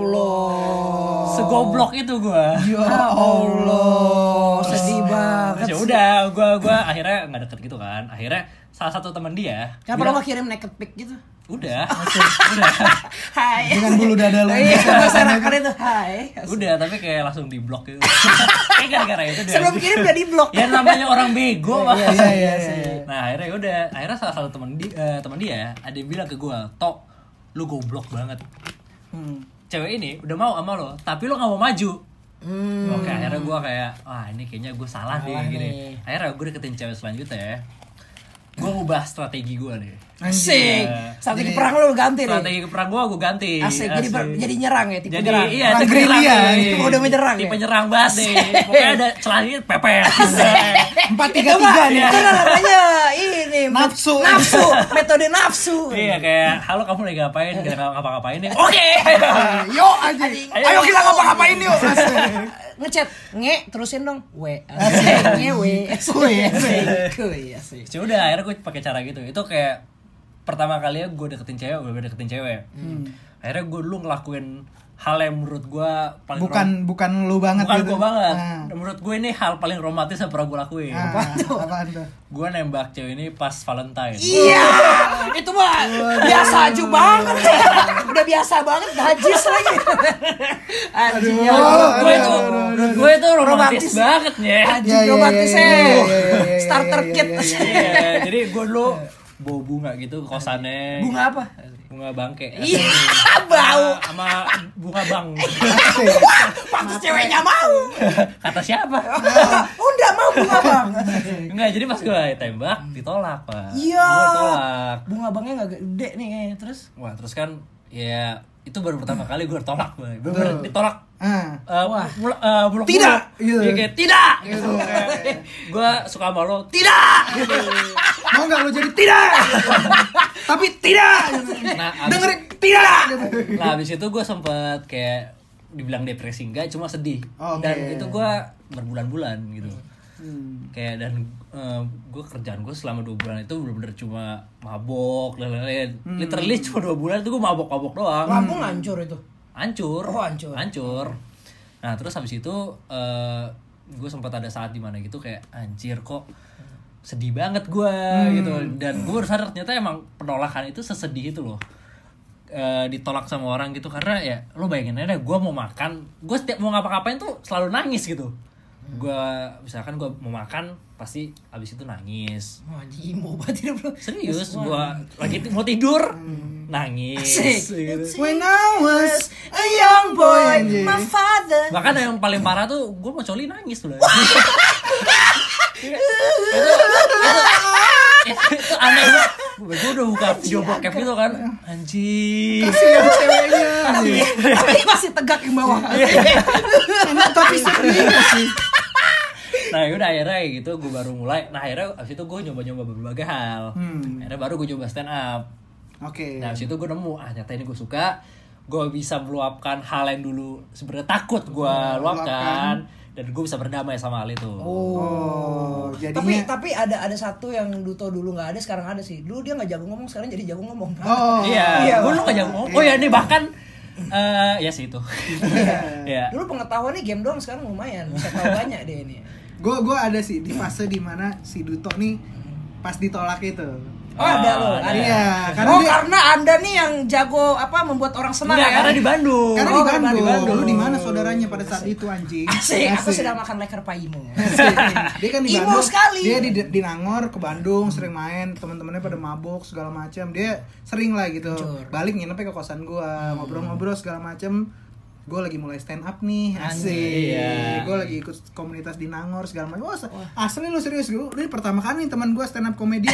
Speaker 4: Allah.
Speaker 3: segoblok itu gue
Speaker 4: Ya Allah. Sedih banget.
Speaker 3: Terus ya udah gue gua akhirnya nggak deket gitu kan akhirnya salah satu teman dia
Speaker 4: Kenapa lo gak kirim naked pic gitu?
Speaker 3: udah udah
Speaker 4: Hai.
Speaker 2: Dengan bulu dada lu.
Speaker 4: Iya, gue serakan itu. Hai.
Speaker 3: udah tapi kayak langsung di blok gitu kayak gara-gara itu deh.
Speaker 4: Sebelum kirim udah di blok.
Speaker 3: ya namanya orang bego mah
Speaker 2: Iya iya iya.
Speaker 3: nah akhirnya udah akhirnya salah satu teman di, eh, teman dia ada yang bilang ke gue tok lu goblok banget cewek ini udah mau sama lo tapi lo nggak mau maju
Speaker 4: Hmm.
Speaker 3: oke akhirnya gue kayak wah ini kayaknya gue salah, deh gini akhirnya gue deketin cewek selanjutnya gue ubah strategi gue nih
Speaker 4: Asik. Sampai di perang lo ganti nih.
Speaker 3: strategi perang gue gue ganti
Speaker 4: Asik, jadi ber- jadi nyerang ya, tipe
Speaker 3: jadi
Speaker 4: nyerang.
Speaker 3: iya
Speaker 4: Perang
Speaker 3: tipe
Speaker 4: gerilya,
Speaker 3: nyerang nih.
Speaker 4: tipe udah menyerang
Speaker 3: tipe
Speaker 4: ya?
Speaker 3: nyerang banget nih pokoknya ada celahnya pepet Eh,
Speaker 2: Empat tiga tiga nih.
Speaker 4: Itu namanya ini
Speaker 2: Nafsu.
Speaker 4: Nafsu, metode nafsu.
Speaker 3: Iya kayak halo kamu lagi ngapain? Gak ngapa-ngapain nih. Oke.
Speaker 2: Yo aja.
Speaker 4: Ayo kita ngapa-ngapain
Speaker 2: Ini yuk.
Speaker 4: Ngechat, nge, terusin dong. W. Asik, nge, W.
Speaker 2: Kuy, asik.
Speaker 4: Kuy, asik.
Speaker 3: Ya udah akhirnya gue pakai cara gitu. Itu kayak pertama kalinya gue deketin cewek, gue deketin cewek.
Speaker 2: Hmm.
Speaker 3: Akhirnya gue dulu ngelakuin hal yang menurut gue paling
Speaker 2: Bukan
Speaker 3: rom-
Speaker 2: bukan lu banget
Speaker 3: bukan
Speaker 2: gitu.
Speaker 3: gue banget.
Speaker 2: Nah.
Speaker 3: Menurut gue ini hal paling romantis yang pernah gue lakuin.
Speaker 2: Ah, Apaan tuh?
Speaker 3: Gue nembak cewek ini pas Valentine.
Speaker 4: Iya, itu mah biasa aja banget. Udah biasa banget, najis lagi. Anjing,
Speaker 2: Aduh.
Speaker 4: ya Allah.
Speaker 3: Menurut gue itu,
Speaker 2: Aduh, aduh, aduh,
Speaker 3: menurut gue itu romantis,
Speaker 4: Romantis.
Speaker 3: banget ya.
Speaker 4: Anjing,
Speaker 2: Ya, ya, ya,
Speaker 4: romantis
Speaker 2: ya,
Speaker 4: eh.
Speaker 2: ya, ya, ya, ya,
Speaker 4: Starter
Speaker 2: ya, ya,
Speaker 4: kit.
Speaker 2: ya, ya,
Speaker 3: Iya, jadi gue dulu bawa bunga gitu ke kosannya.
Speaker 4: Bunga apa?
Speaker 3: bunga bangke
Speaker 4: Iya, bau.
Speaker 3: sama bunga bang
Speaker 2: Asik.
Speaker 4: Pantes ceweknya mau.
Speaker 3: kata siapa
Speaker 2: Ah.
Speaker 4: Udah mau bunga bang.
Speaker 3: enggak jadi pas gue tembak ditolak pak
Speaker 4: Hmm. Iya.
Speaker 3: Gua tolak
Speaker 4: Bunga bangnya nggak gede nih kayaknya terus.
Speaker 3: wah terus kan ya itu baru pertama kali gue ditolak Pak. bener ditolak
Speaker 2: Ah.
Speaker 3: Eh, mul- eh, muluk-muluk.
Speaker 2: Tidak. Gitu.
Speaker 3: Iya, kayak, tidak gitu. gue suka sama lo tidak gitu.
Speaker 2: Mau nggak lu jadi tidak? Tapi tidak. gitu.
Speaker 3: nah abis,
Speaker 2: Dengerin tidak. gitu.
Speaker 3: nah abis itu gue sempet kayak dibilang depresi enggak cuma sedih
Speaker 4: Oh,
Speaker 2: Oke.
Speaker 3: dan itu gue berbulan-bulan gitu kayak dan gue kerjaan gue selama dua bulan itu bener-bener cuma mabok dan lain-lain literally cuma dua bulan itu gue mabok-mabok doang
Speaker 4: Lambung hancur itu.
Speaker 3: hancur
Speaker 4: Oh, hancur.
Speaker 3: nah terus habis itu gue sempat ada saat dimana gitu kayak anjir kok sedih banget gue
Speaker 4: Hmm.
Speaker 3: gitu dan gue baru sadar ternyata emang penolakan itu sesedih itu loh Eh, ditolak sama orang gitu karena ya lo bayangin aja gue mau makan gue setiap mau ngapa-ngapain tuh selalu nangis gitu
Speaker 4: Hmm.
Speaker 3: gue misalkan gue mau makan pasti abis itu nangis
Speaker 4: Wah, anjing imo banget hidup lu.
Speaker 3: serius gue lagi t- mau tidur
Speaker 4: Hmm.
Speaker 3: nangis gitu.
Speaker 2: When I was
Speaker 4: A young boy,
Speaker 2: Anjing.
Speaker 4: my father.
Speaker 3: Bahkan yang paling parah tuh gue mau coli nangis tuh. itu aneh banget. Gue udah buka video bokep gitu kan. Anjing.
Speaker 2: kasihan ceweknya. anjing.
Speaker 4: Tapi masih tegak yang bawah.
Speaker 2: Iya. Enak tapi sedih sih.
Speaker 3: Nah yaudah akhirnya kayak gitu gue baru mulai. Nah akhirnya abis itu gue nyoba-nyoba berbagai hal.
Speaker 2: Hmm.
Speaker 3: Akhirnya baru gue coba stand up.
Speaker 2: Oke.
Speaker 3: Nah abis itu gue nemu, ah nyata ini gue suka. Gue bisa meluapkan hal yang dulu sebenarnya takut gue luapkan. Dan gue bisa berdamai sama hal itu.
Speaker 2: Oh,
Speaker 4: tapi
Speaker 2: jadinya
Speaker 4: tapi ada ada satu yang Duto dulu nggak ada sekarang ada sih dulu dia nggak jago ngomong sekarang jadi jago ngomong
Speaker 2: Oh.
Speaker 4: Iya,
Speaker 3: Iya,
Speaker 4: Pak.
Speaker 3: gue lu ngajak ngomong. Oh ya ini bahkan eh ya sih itu. Iya.
Speaker 4: dulu pengetahuannya game doang sekarang lumayan bisa tahu banyak deh ini
Speaker 2: Gue gue ada sih di fase dimana si Duto nih pas ditolak itu.
Speaker 4: Oh, ada loh. Ada.
Speaker 2: Iya, karena
Speaker 4: oh,
Speaker 2: dia-
Speaker 4: karena Anda nih yang jago apa membuat orang senang
Speaker 3: Enggak,
Speaker 4: ya.
Speaker 3: Iya, karena di
Speaker 2: kan?
Speaker 3: Bandung.
Speaker 2: Karena
Speaker 4: Oh,
Speaker 2: di
Speaker 4: karena
Speaker 2: Bandung.
Speaker 4: di Bandung.
Speaker 2: Lu di mana saudaranya pada saat itu anjing?
Speaker 4: Asik, aku sedang makan leker paimu.
Speaker 2: Asik. Dia kan di
Speaker 4: Imo
Speaker 2: Bandung.
Speaker 4: sekali.
Speaker 2: Dia di, di Nangor ke Bandung sering main, teman-temannya pada mabuk segala macam. Dia sering lah gitu.
Speaker 4: Jujur.
Speaker 2: Balik nginepnya ke kosan gua, ngobrol-ngobrol segala macam. Gue lagi mulai stand up nih, asik.
Speaker 3: Iya.
Speaker 2: Gue lagi ikut komunitas di Nangor segala macam. Wah, se- asli lu serius gue. Ini pertama kali nih teman gua stand up komedian.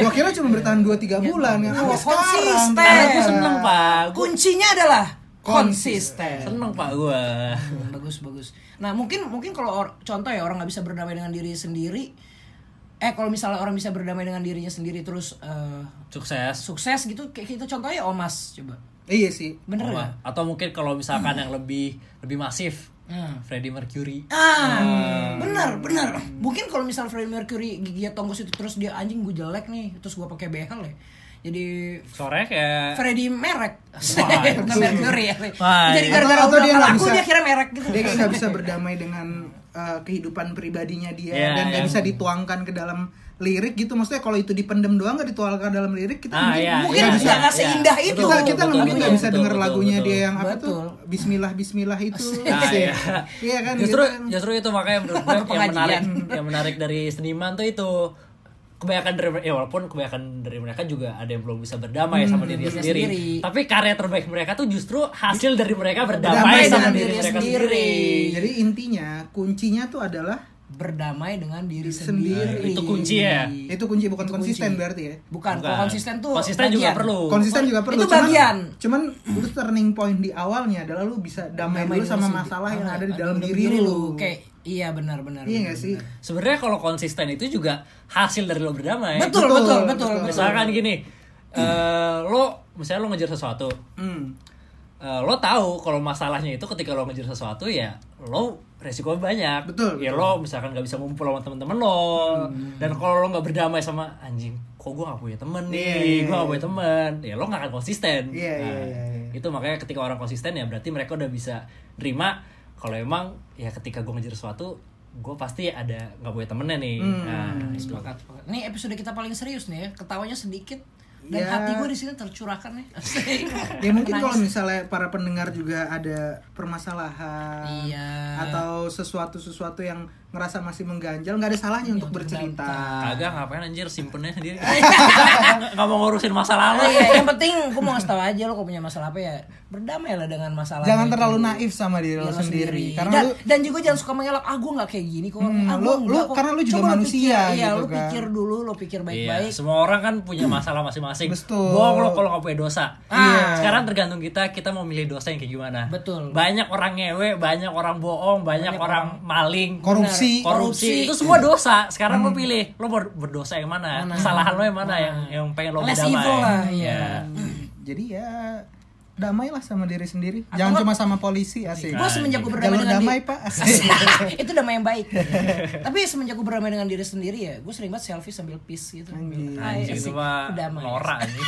Speaker 2: gua kira cuma bertahan 2 3 bulan ya. Sampai
Speaker 4: Wah,
Speaker 2: sekarang.
Speaker 4: konsisten.
Speaker 3: Karena gue seneng pak, gue
Speaker 4: Kuncinya adalah konsisten.
Speaker 3: seneng pak gue.
Speaker 4: Hmm, bagus bagus. Nah mungkin mungkin kalau or- contoh ya orang nggak bisa berdamai dengan diri sendiri. Eh kalau misalnya orang bisa berdamai dengan dirinya sendiri terus eh,
Speaker 3: Sukses.
Speaker 4: sukses gitu kayak gitu contohnya Omas coba.
Speaker 2: Iya sih.
Speaker 4: Bener
Speaker 3: Wah,
Speaker 4: nggak?
Speaker 3: Atau mungkin kalau
Speaker 2: Hmm.
Speaker 3: misalkan yang lebih lebih masif, Freddie Mercury.
Speaker 4: Ah,
Speaker 3: Hmm.
Speaker 4: benar benar. Mungkin kalau misal Freddie Mercury gigi tonggos itu terus dia anjing gue jelek nih, terus gue pakai behel ya. Jadi
Speaker 3: Sore kayak
Speaker 4: Freddy merek,
Speaker 3: Wah,
Speaker 4: bukan Mercury ya.
Speaker 3: Wah,
Speaker 4: Jadi
Speaker 3: iya.
Speaker 4: gara-gara
Speaker 2: Atau- atau
Speaker 4: udah
Speaker 2: dia
Speaker 4: dia
Speaker 2: nggak
Speaker 4: aku
Speaker 2: bisa-
Speaker 4: dia kira merek gitu.
Speaker 2: dia kayak nggak bisa berdamai dengan uh, kehidupan pribadinya dia
Speaker 3: Iya,
Speaker 2: dan nggak
Speaker 3: yang-
Speaker 2: bisa dituangkan ke dalam lirik gitu maksudnya kalau itu dipendem doang nggak dituangkan ke dalam lirik kita
Speaker 3: Ah,
Speaker 2: mungkin,
Speaker 3: iya,
Speaker 2: mungkin
Speaker 4: Mungkin
Speaker 2: nggak
Speaker 3: iya,
Speaker 2: bisa
Speaker 4: nggak seindah itu.
Speaker 2: kita kita
Speaker 3: betul,
Speaker 2: mungkin nggak
Speaker 3: betul,
Speaker 2: bisa
Speaker 3: betul,
Speaker 2: denger
Speaker 3: betul,
Speaker 2: lagunya
Speaker 3: betul.
Speaker 2: dia yang apa tuh
Speaker 4: Betul.
Speaker 2: Bismillah Bismillah itu
Speaker 3: Ah,
Speaker 2: sih.
Speaker 3: iya.
Speaker 2: Nah, iya kan
Speaker 3: justru
Speaker 2: gitu kan.
Speaker 3: justru itu makanya menurut gue yang
Speaker 4: Pengajian.
Speaker 3: menarik yang menarik dari seniman tuh itu kebanyakan dari ya walaupun kebanyakan dari mereka juga ada yang belum bisa berdamai sama diri
Speaker 4: dirinya
Speaker 3: sendiri.
Speaker 4: sendiri.
Speaker 3: tapi karya terbaik mereka tuh justru hasil dari mereka
Speaker 2: Berdamai
Speaker 3: berdamai
Speaker 2: dengan
Speaker 3: sama diri
Speaker 4: dirinya
Speaker 3: mereka
Speaker 4: sendiri.
Speaker 3: sendiri,
Speaker 2: jadi intinya kuncinya tuh adalah
Speaker 4: Berdamai dengan diri
Speaker 2: Sendiri.
Speaker 4: sendiri.
Speaker 3: itu kunci ya
Speaker 2: itu kunci bukan
Speaker 4: Itu
Speaker 2: konsisten
Speaker 4: kunci.
Speaker 2: berarti ya
Speaker 4: Bukan, kalau
Speaker 3: Bukan.
Speaker 4: konsisten tuh
Speaker 3: konsisten juga
Speaker 4: bagian.
Speaker 3: perlu
Speaker 2: konsisten juga perlu
Speaker 4: Itu bagian.
Speaker 2: cuman cuman itu turning point di awalnya adalah lu bisa damai,
Speaker 4: Damai
Speaker 2: dulu
Speaker 4: dengan
Speaker 2: sama
Speaker 4: sendi-
Speaker 2: masalah yang
Speaker 4: Ah,
Speaker 2: ada di dalam diri, lu
Speaker 4: Kayak iya benar-benar.
Speaker 2: iya nggak sih
Speaker 3: sebenarnya kalau konsisten itu juga hasil dari lo berdamai
Speaker 4: Betul,
Speaker 2: Betul,
Speaker 4: betul,
Speaker 2: betul.
Speaker 4: betul, betul.
Speaker 3: misalkan gini eh, lo misalnya lo ngejar sesuatu
Speaker 2: Hmm.
Speaker 3: eh, lo tahu kalau masalahnya itu ketika lo ngejar sesuatu ya lo resiko banyak
Speaker 2: Betul, betul.
Speaker 3: ya
Speaker 2: Hmm.
Speaker 3: lo misalkan nggak bisa ngumpul sama temen-temen lo dan kalau lo nggak berdamai sama anjing kok gue gak punya temen nih
Speaker 2: Iya, iya,
Speaker 3: gue gak
Speaker 2: iya.
Speaker 3: punya temen ya lo gak akan konsisten
Speaker 2: Iya, iya,
Speaker 3: Nah,
Speaker 2: iya, iya.
Speaker 3: itu makanya ketika orang konsisten ya berarti mereka udah bisa terima kalau emang ya ketika gue ngejar sesuatu gue pasti ada nggak punya temennya nih
Speaker 2: Hmm.
Speaker 3: nah itu
Speaker 4: Sepakat, sepakat. Ini episode kita paling serius nih ya. Ketawanya sedikit dan
Speaker 2: Ya.
Speaker 4: hati gue di sini tercurahkan nih. Asik.
Speaker 2: Ya mungkin
Speaker 4: Nangis.
Speaker 2: kalau misalnya para pendengar juga ada permasalahan
Speaker 4: Iya.
Speaker 2: atau sesuatu-sesuatu yang ngerasa masih mengganjal, nggak ada
Speaker 4: Iya,
Speaker 2: salahnya untuk bercerita.
Speaker 3: kagak ngapain anjir simpennya sendiri nggak mau ngurusin masa
Speaker 4: Oh
Speaker 3: lalu
Speaker 4: iya, yang penting gue mau ngasih tau aja lo kalau punya masalah apa ya berdamailah dengan masalah
Speaker 2: Jangan
Speaker 4: itu.
Speaker 2: terlalu naif sama diri
Speaker 4: Diri
Speaker 2: lo
Speaker 4: lo
Speaker 2: sendiri. Karena
Speaker 4: dan,
Speaker 2: lu
Speaker 4: dan juga jangan suka mengelak ah gue nggak kayak gini kok
Speaker 2: Hmm,
Speaker 4: ah,
Speaker 2: lu-
Speaker 4: gua enggak
Speaker 2: lu-
Speaker 4: kok."
Speaker 2: karena lu juga
Speaker 4: Coba
Speaker 2: manusia
Speaker 4: pikir, iya
Speaker 2: gitu
Speaker 4: lu
Speaker 2: kan.
Speaker 4: pikir dulu lu pikir
Speaker 3: Iya,
Speaker 4: baik-baik
Speaker 3: semua orang kan punya masalah masing-masing.
Speaker 2: Betul.
Speaker 3: Bohong lo kalau nggak punya dosa.
Speaker 2: Iya.
Speaker 3: Sekarang tergantung kita, kita mau milih dosa yang kayak gimana.
Speaker 4: Betul.
Speaker 3: Banyak orang ngewe, banyak orang bohong, banyak, orang, maling,
Speaker 2: korupsi.
Speaker 4: Benar.
Speaker 3: korupsi. Itu semua dosa. Sekarang lo pilih, lo ber- berdosa yang mana? Kesalahan lo yang mana yang yang pengen lo
Speaker 4: Less
Speaker 3: berdamai?
Speaker 4: evil lah, iya.
Speaker 3: Iya.
Speaker 2: Jadi ya damailah sama diri sendiri.
Speaker 4: Atau
Speaker 2: Jangan
Speaker 4: nggak- Iya.
Speaker 2: cuma sama polisi asik.
Speaker 4: gue semenjak gue berdamai
Speaker 2: Jalur
Speaker 4: dengan
Speaker 2: damai,
Speaker 4: diri-
Speaker 2: Pak. Asik.
Speaker 4: itu damai yang baik tapi semenjak gue berdamai dengan diri sendiri ya gue sering banget selfie sambil peace gitu
Speaker 2: Anjing.
Speaker 4: Hai,
Speaker 3: Anjing, itu
Speaker 4: asik,
Speaker 3: mah
Speaker 4: damai.
Speaker 3: norak anjing.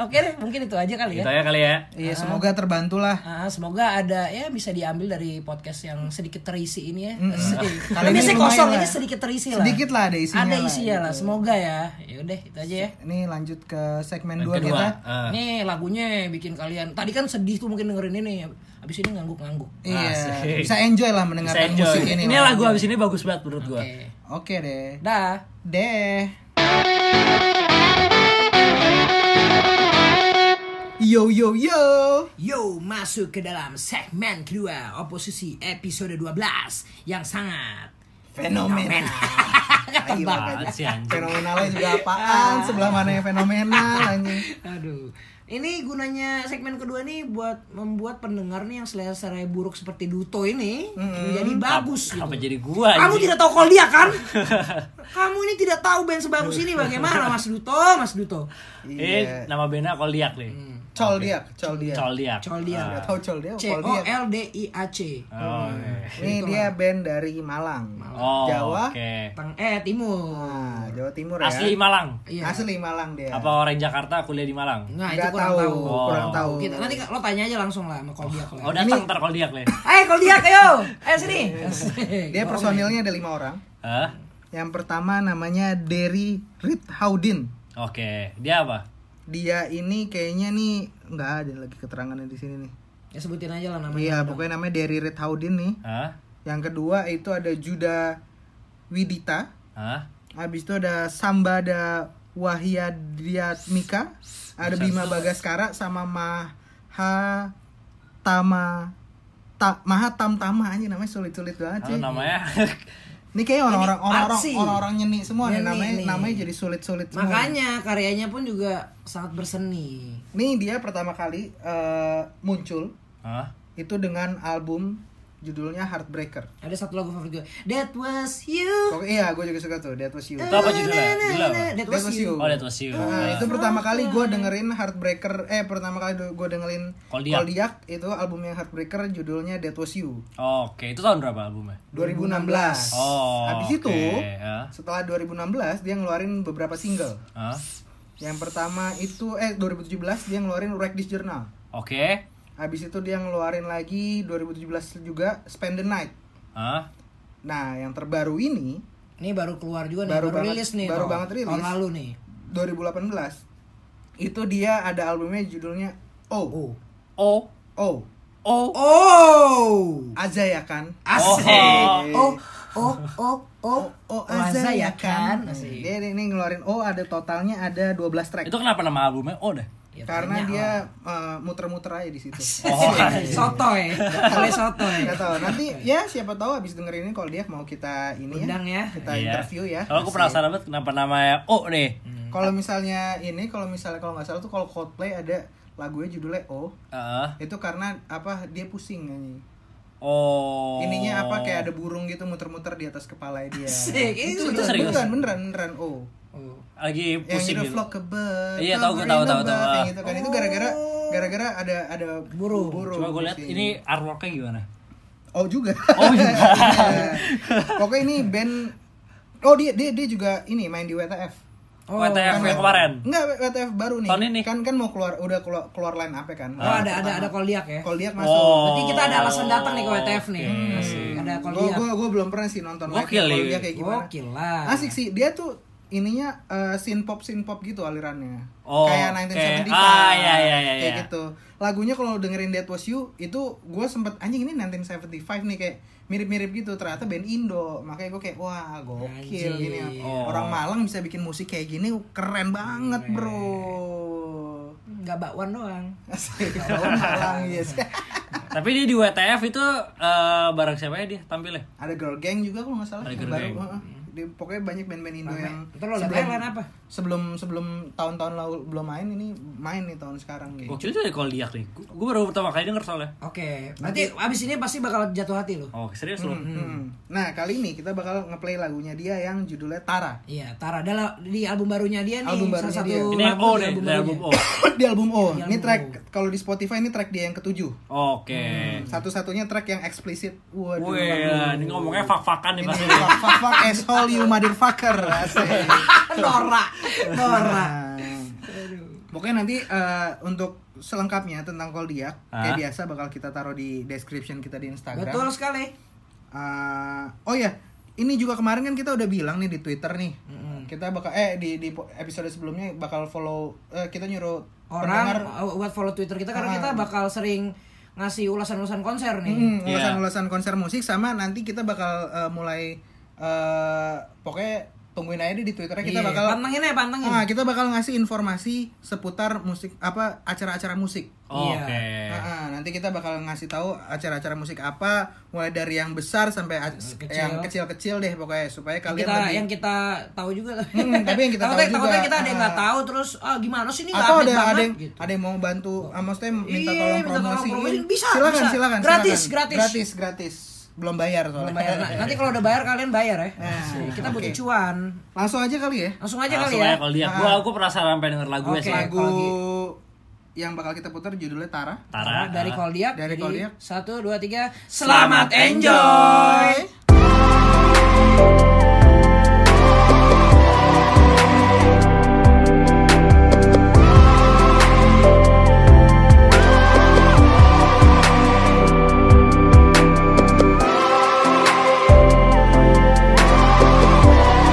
Speaker 4: oke deh mungkin itu aja kali ya
Speaker 3: Gitu aja kali ya.
Speaker 2: Iya, semoga terbantulah.
Speaker 4: Ah, semoga ada ya bisa diambil dari podcast yang sedikit terisi ini ya. Sedih.
Speaker 2: Kali
Speaker 4: ini
Speaker 2: ini
Speaker 4: sih
Speaker 2: lumayan
Speaker 4: kosong
Speaker 2: lah.
Speaker 4: ini sedikit terisi lah.
Speaker 2: Sedikit lah ada isinya.
Speaker 4: Ada
Speaker 2: lah,
Speaker 4: isinya
Speaker 2: gitu.
Speaker 4: lah. Semoga ya. Yaudah itu aja ya.
Speaker 2: Ini lanjut ke segmen 2
Speaker 3: Yang kedua,
Speaker 2: kita.
Speaker 3: eh,
Speaker 4: Nih lagunya bikin kalian. Tadi kan sedih tuh mungkin dengerin ini. Abis ini ngangguk-ngangguk.
Speaker 2: Iya,
Speaker 3: Asik.
Speaker 2: bisa enjoy lah
Speaker 3: bisa
Speaker 2: mendengarkan
Speaker 3: enjoy.
Speaker 2: musik ini.
Speaker 3: ini
Speaker 2: lah.
Speaker 3: lagu abis ini bagus banget menurut gua.
Speaker 4: Oke.
Speaker 2: Oke deh.
Speaker 4: Dah.
Speaker 2: Deh. Yo yo yo.
Speaker 4: Yo, masuk ke dalam segmen kedua oposisi episode 12 yang sangat
Speaker 2: Fenomena.
Speaker 3: Apaan sih anjing?
Speaker 2: Fenomenalnya juga apaan? Sebelah mana yang fenomenal anjing?
Speaker 4: Aduh. Ini gunanya segmen kedua nih buat membuat pendengar nih yang selera buruk seperti Duto ini menjadi bagus gitu.
Speaker 3: Apa jadi gua?
Speaker 4: Kamu
Speaker 3: anjing?
Speaker 4: tidak tahu kalau dia kan? Kamu ini tidak tahu band sebagus ini bagaimana Mas Duto, Mas Duto.
Speaker 2: Iya.
Speaker 3: Ini nama bandnya Koldiak nih.
Speaker 2: Col dia, col dia.
Speaker 3: Koldiak.
Speaker 4: Col dia.
Speaker 2: Gak tau col dia,
Speaker 4: C
Speaker 2: col
Speaker 4: O
Speaker 2: dia.
Speaker 4: L D I A C.
Speaker 3: Oh,
Speaker 2: Ini dia band dari Malang,
Speaker 3: oh
Speaker 2: Hmm. Jawa.
Speaker 3: oke.
Speaker 4: Teng eh timur.
Speaker 2: Nah, Jawa Timur ya.
Speaker 3: Asli Malang.
Speaker 4: Iya.
Speaker 2: Asli Malang dia.
Speaker 3: Apa orang Jakarta kuliah di Malang?
Speaker 4: Nah, itu
Speaker 2: Nggak
Speaker 4: kurang
Speaker 2: tahu,
Speaker 4: tahu.
Speaker 2: kurang tahu.
Speaker 4: Kita nanti lo tanya aja langsung lah sama Koldiak. lah.
Speaker 3: Oh datang ntar Koldiak nih.
Speaker 4: Eh Koldiak ayo. Ayo sini.
Speaker 2: Dia personilnya ada lima orang.
Speaker 3: Hah?
Speaker 2: Yang pertama namanya Derry Rithaudin.
Speaker 3: Oke, dia apa?
Speaker 2: Dia ini kayaknya nih nggak ada lagi keterangannya di sini nih.
Speaker 4: Ya sebutin aja lah namanya.
Speaker 2: Iya, pokoknya namanya Derry Rithaudin nih.
Speaker 3: Hah?
Speaker 2: Yang kedua itu ada Juda Widita.
Speaker 3: Hah?
Speaker 2: Habis itu ada Sambada Wahyadiatmika, ada Bima Bagaskara sama Maha Tama Ta, Maha Tamtama aja namanya sulit-sulit banget
Speaker 3: Halo
Speaker 2: sih.
Speaker 3: namanya.
Speaker 2: Ini kayaknya orang-orang
Speaker 4: Ini
Speaker 2: orang-orang
Speaker 4: artsy.
Speaker 2: orang-orang nyeni semua nih
Speaker 4: Nyeni
Speaker 2: namanya
Speaker 4: nih.
Speaker 2: namanya jadi sulit-sulit semua.
Speaker 4: Makanya karyanya pun juga sangat berseni.
Speaker 2: Nih dia pertama kali eh, muncul
Speaker 3: Hah?
Speaker 2: itu dengan album judulnya Heartbreaker.
Speaker 4: Ada satu lagu favorit gue. That was you.
Speaker 2: Oke, iya gue juga suka tuh That Was You.
Speaker 3: Itu apa judulnya? Judul apa?
Speaker 4: That was you.
Speaker 3: Oh, that was you.
Speaker 2: Nah,
Speaker 3: Nah,
Speaker 2: itu pertama kali gue dengerin Heartbreaker eh pertama kali gue dengerin
Speaker 3: Koldiak.
Speaker 2: Koldiak itu albumnya Heartbreaker judulnya That Was You
Speaker 3: Oke, itu tahun berapa albumnya?
Speaker 2: 2016.
Speaker 3: Oh,
Speaker 2: Habis itu
Speaker 3: oke, ya.
Speaker 2: setelah 2016 dia ngeluarin beberapa single.
Speaker 3: Hah?
Speaker 2: Yang pertama itu eh 2017 dia ngeluarin Wreck This Journal.
Speaker 3: Oke.
Speaker 2: Habis itu dia ngeluarin lagi 2017 juga Spend the Night.
Speaker 3: Hah?
Speaker 2: Nah, yang terbaru ini
Speaker 4: Ini baru keluar juga nih,
Speaker 2: Baru
Speaker 4: baru,
Speaker 2: banget-
Speaker 4: rilis nih.
Speaker 2: baru
Speaker 4: Tom.
Speaker 2: banget rilis.
Speaker 4: Tahun lalu nih.
Speaker 2: 2018 itu dia ada albumnya judulnya Oh.
Speaker 4: Oh.
Speaker 3: Oh,
Speaker 2: Oh.
Speaker 3: oh.
Speaker 4: Oh.
Speaker 2: Aja ya kan?
Speaker 4: Asik.
Speaker 3: Oh.
Speaker 4: Oh. Oh. Oh. Oh.
Speaker 2: Oh, Hmm,
Speaker 4: Azza ya kan? Asik.
Speaker 2: Dia ini ngeluarin O ada totalnya ada 12 track.
Speaker 3: Itu kenapa nama albumnya Oh deh?
Speaker 4: Ya,
Speaker 2: karena
Speaker 4: tanya
Speaker 2: dia
Speaker 4: lah.
Speaker 2: eh, muter-muter aja di situ.
Speaker 3: Oh,
Speaker 4: iya. sotoy. Boleh sotoy.
Speaker 2: Gak tahu. Nanti ya siapa tahu abis dengerin ini kalau dia mau kita ini
Speaker 4: Undang
Speaker 2: ya,
Speaker 4: ya.
Speaker 2: kita
Speaker 3: Iya.
Speaker 2: interview ya. Hmm.
Speaker 3: Kalau aku penasaran banget kenapa namanya Oh deh.
Speaker 2: Kalau misalnya ini, kalau misalnya kalau nggak salah tuh kalau Coldplay ada lagunya judulnya O,
Speaker 3: Heeh.
Speaker 2: itu karena apa dia pusing nyanyi.
Speaker 3: Oh.
Speaker 2: Ininya apa kayak ada burung gitu muter-muter di atas kepala dia.
Speaker 4: Asik, ini
Speaker 2: itu,
Speaker 3: bener.
Speaker 2: beneran,
Speaker 3: serius?
Speaker 2: beneran beneran beneran O.
Speaker 4: Oh.
Speaker 3: lagi
Speaker 2: yang
Speaker 3: pusing
Speaker 2: itu
Speaker 3: gitu.
Speaker 2: flock a bird
Speaker 3: Iya,
Speaker 2: come
Speaker 3: tahu gue, tahu,
Speaker 2: ring a
Speaker 3: tahu, tahu.
Speaker 2: bell, kayak
Speaker 3: Ah.
Speaker 2: gitu kan itu gara-gara gara-gara ada ada burung burung
Speaker 3: Coba gue lihat
Speaker 2: di sini.
Speaker 3: ini artworknya gimana.
Speaker 2: oh juga
Speaker 3: Oh, juga.
Speaker 2: Iya. pokoknya ini band oh dia dia dia juga ini main di WTF
Speaker 4: Oh.
Speaker 3: WTF yang kemarin.
Speaker 2: Enggak, WTF baru nih.
Speaker 3: Tahun ini.
Speaker 2: Kan kan mau keluar udah keluar keluar line apa kan?
Speaker 4: Oh, ada ada ada koliak ya.
Speaker 2: Kalau lihat
Speaker 3: Oh.
Speaker 2: masuk.
Speaker 4: Berarti kita ada alasan datang nih ke WTF nih. Asik. Ada
Speaker 2: Gue
Speaker 4: koliak.
Speaker 2: gue gue belum pernah sih nonton live
Speaker 3: Gokil,
Speaker 2: kalau
Speaker 3: iya.
Speaker 2: dia kayak gimana.
Speaker 4: Ya, Gokil lah.
Speaker 2: Asik sih, dia tuh ininya eh, synth pop synth pop gitu alirannya.
Speaker 3: Oh,
Speaker 2: kayak
Speaker 3: oke.
Speaker 2: 1975.
Speaker 3: Ah, iya, iya, iya,
Speaker 2: Kayak
Speaker 3: iya.
Speaker 2: gitu. Lagunya kalau dengerin That Was You itu gue sempet anjing ini 1975 nih kayak mirip-mirip gitu ternyata band Indo makanya gue kayak wah gokil
Speaker 4: Anjing.
Speaker 2: gini ya.
Speaker 3: Oh.
Speaker 2: orang Malang bisa bikin musik kayak gini keren banget bro
Speaker 4: Enggak bakwan doang.
Speaker 2: Asik, orang Malang yes
Speaker 4: Nah.
Speaker 3: Tapi dia di WTF itu eh, bareng siapa ya dia tampilnya?
Speaker 2: ada girl gang juga kalau nggak salah
Speaker 3: Ada
Speaker 2: yang
Speaker 3: girl gang. Hmm.
Speaker 2: heeh. Di- pokoknya banyak band-band Indo yang
Speaker 4: Ntar lo lihat
Speaker 2: sebelum-
Speaker 4: Thailand apa?
Speaker 2: sebelum sebelum tahun-tahun lalu belum main ini main nih tahun sekarang gitu.
Speaker 3: Gokil itu dari Koldiak nih. Gue baru pertama kali denger soalnya.
Speaker 4: Oke, berarti abis ini pasti bakal jatuh hati lo.
Speaker 3: Oh, serius lu?
Speaker 2: Hmm. Nah kali ini kita bakal ngeplay lagunya dia yang judulnya Tara
Speaker 4: Iya, Tara adalah di album barunya dia nih.
Speaker 2: Album
Speaker 4: salah
Speaker 2: barunya
Speaker 4: satu
Speaker 2: dia.
Speaker 3: Ini yang
Speaker 4: lagu
Speaker 3: Oh
Speaker 4: di
Speaker 3: deh,
Speaker 4: album
Speaker 3: dari album
Speaker 4: barunya.
Speaker 3: Oh.
Speaker 2: di album O.
Speaker 4: Di
Speaker 2: ini
Speaker 4: album
Speaker 2: track
Speaker 4: O.
Speaker 2: kalau di Spotify ini track dia yang ketujuh.
Speaker 3: Oke.
Speaker 2: Satu-satunya track yang eksplisit. Waduh.
Speaker 3: Wih, ini ngomongnya fak-fakan nih
Speaker 4: Iya.
Speaker 2: Ini
Speaker 3: pasti.
Speaker 2: fuck fuck fuck asshole you motherfucker. Asik.
Speaker 4: Nora, Nora.
Speaker 2: Nah. Pokoknya nanti eh, untuk selengkapnya tentang Koldiak
Speaker 3: Ah.
Speaker 2: kayak biasa bakal kita taruh di description kita di Instagram.
Speaker 4: Betul sekali.
Speaker 2: Eh, oh ya, ini juga kemarin kan kita udah bilang nih di Twitter nih. Kita bakal eh di di po- episode sebelumnya bakal follow eh, kita nyuruh
Speaker 4: Orang
Speaker 2: pendengar
Speaker 4: uh, buat follow Twitter kita karena
Speaker 2: Ah.
Speaker 4: kita bakal sering ngasih ulasan-ulasan konser nih.
Speaker 2: Hmm,
Speaker 3: Iya.
Speaker 2: ulasan-ulasan konser musik sama nanti kita bakal eh, mulai eh, pokoknya tungguin aja deh di Twitternya kita
Speaker 4: Iya,
Speaker 2: bakal
Speaker 4: pantengin ya, pantengin.
Speaker 2: Ah, kita bakal ngasih informasi seputar musik apa acara-acara musik.
Speaker 3: Oke.
Speaker 4: Eh. Nah,
Speaker 2: Ah, ah, nanti kita bakal ngasih tahu acara-acara musik apa mulai dari yang besar sampai a-
Speaker 4: Kecil.
Speaker 2: yang kecil-kecil deh pokoknya supaya kalian
Speaker 4: kita
Speaker 2: lebih-
Speaker 4: yang kita tahu juga
Speaker 2: Hmm, tapi yang kita
Speaker 4: Takutnya-
Speaker 2: tahu juga.
Speaker 4: takutnya kita ada yang nggak
Speaker 2: Ah.
Speaker 4: tahu terus ah, gimana sih ini nggak
Speaker 2: atau ada
Speaker 4: update banget
Speaker 2: ada yang
Speaker 4: gitu.
Speaker 2: ada yang mau bantu ah, maksudnya minta
Speaker 4: Iya,
Speaker 2: tolong
Speaker 4: minta tolong
Speaker 2: promosiin
Speaker 4: promosiin. Bisa,
Speaker 2: silakan
Speaker 4: bisa.
Speaker 2: silakan
Speaker 4: Gratis,
Speaker 2: silakan.
Speaker 4: gratis.
Speaker 2: gratis gratis belum bayar soalnya
Speaker 4: Belum bayar. Nah, nanti kalau udah bayar kalian bayar ya
Speaker 2: Nah,
Speaker 4: kita butuh
Speaker 2: oke.
Speaker 4: cuan
Speaker 2: langsung aja kali ya
Speaker 4: langsung aja kali
Speaker 3: Langsung
Speaker 4: ya
Speaker 3: aja Koldiak. Gua aku penasaran sampai denger lagu
Speaker 4: Oke.
Speaker 3: sih.
Speaker 2: lagu
Speaker 4: kalau gitu. lagi-
Speaker 2: yang bakal kita putar judulnya Tara
Speaker 3: Tara.
Speaker 4: dari Koldiak
Speaker 2: Ah, Dari
Speaker 4: jadi
Speaker 2: Koldiak.
Speaker 4: satu dua tiga
Speaker 3: Selamat
Speaker 4: selamat
Speaker 3: enjoy.
Speaker 4: enjoy
Speaker 2: Tara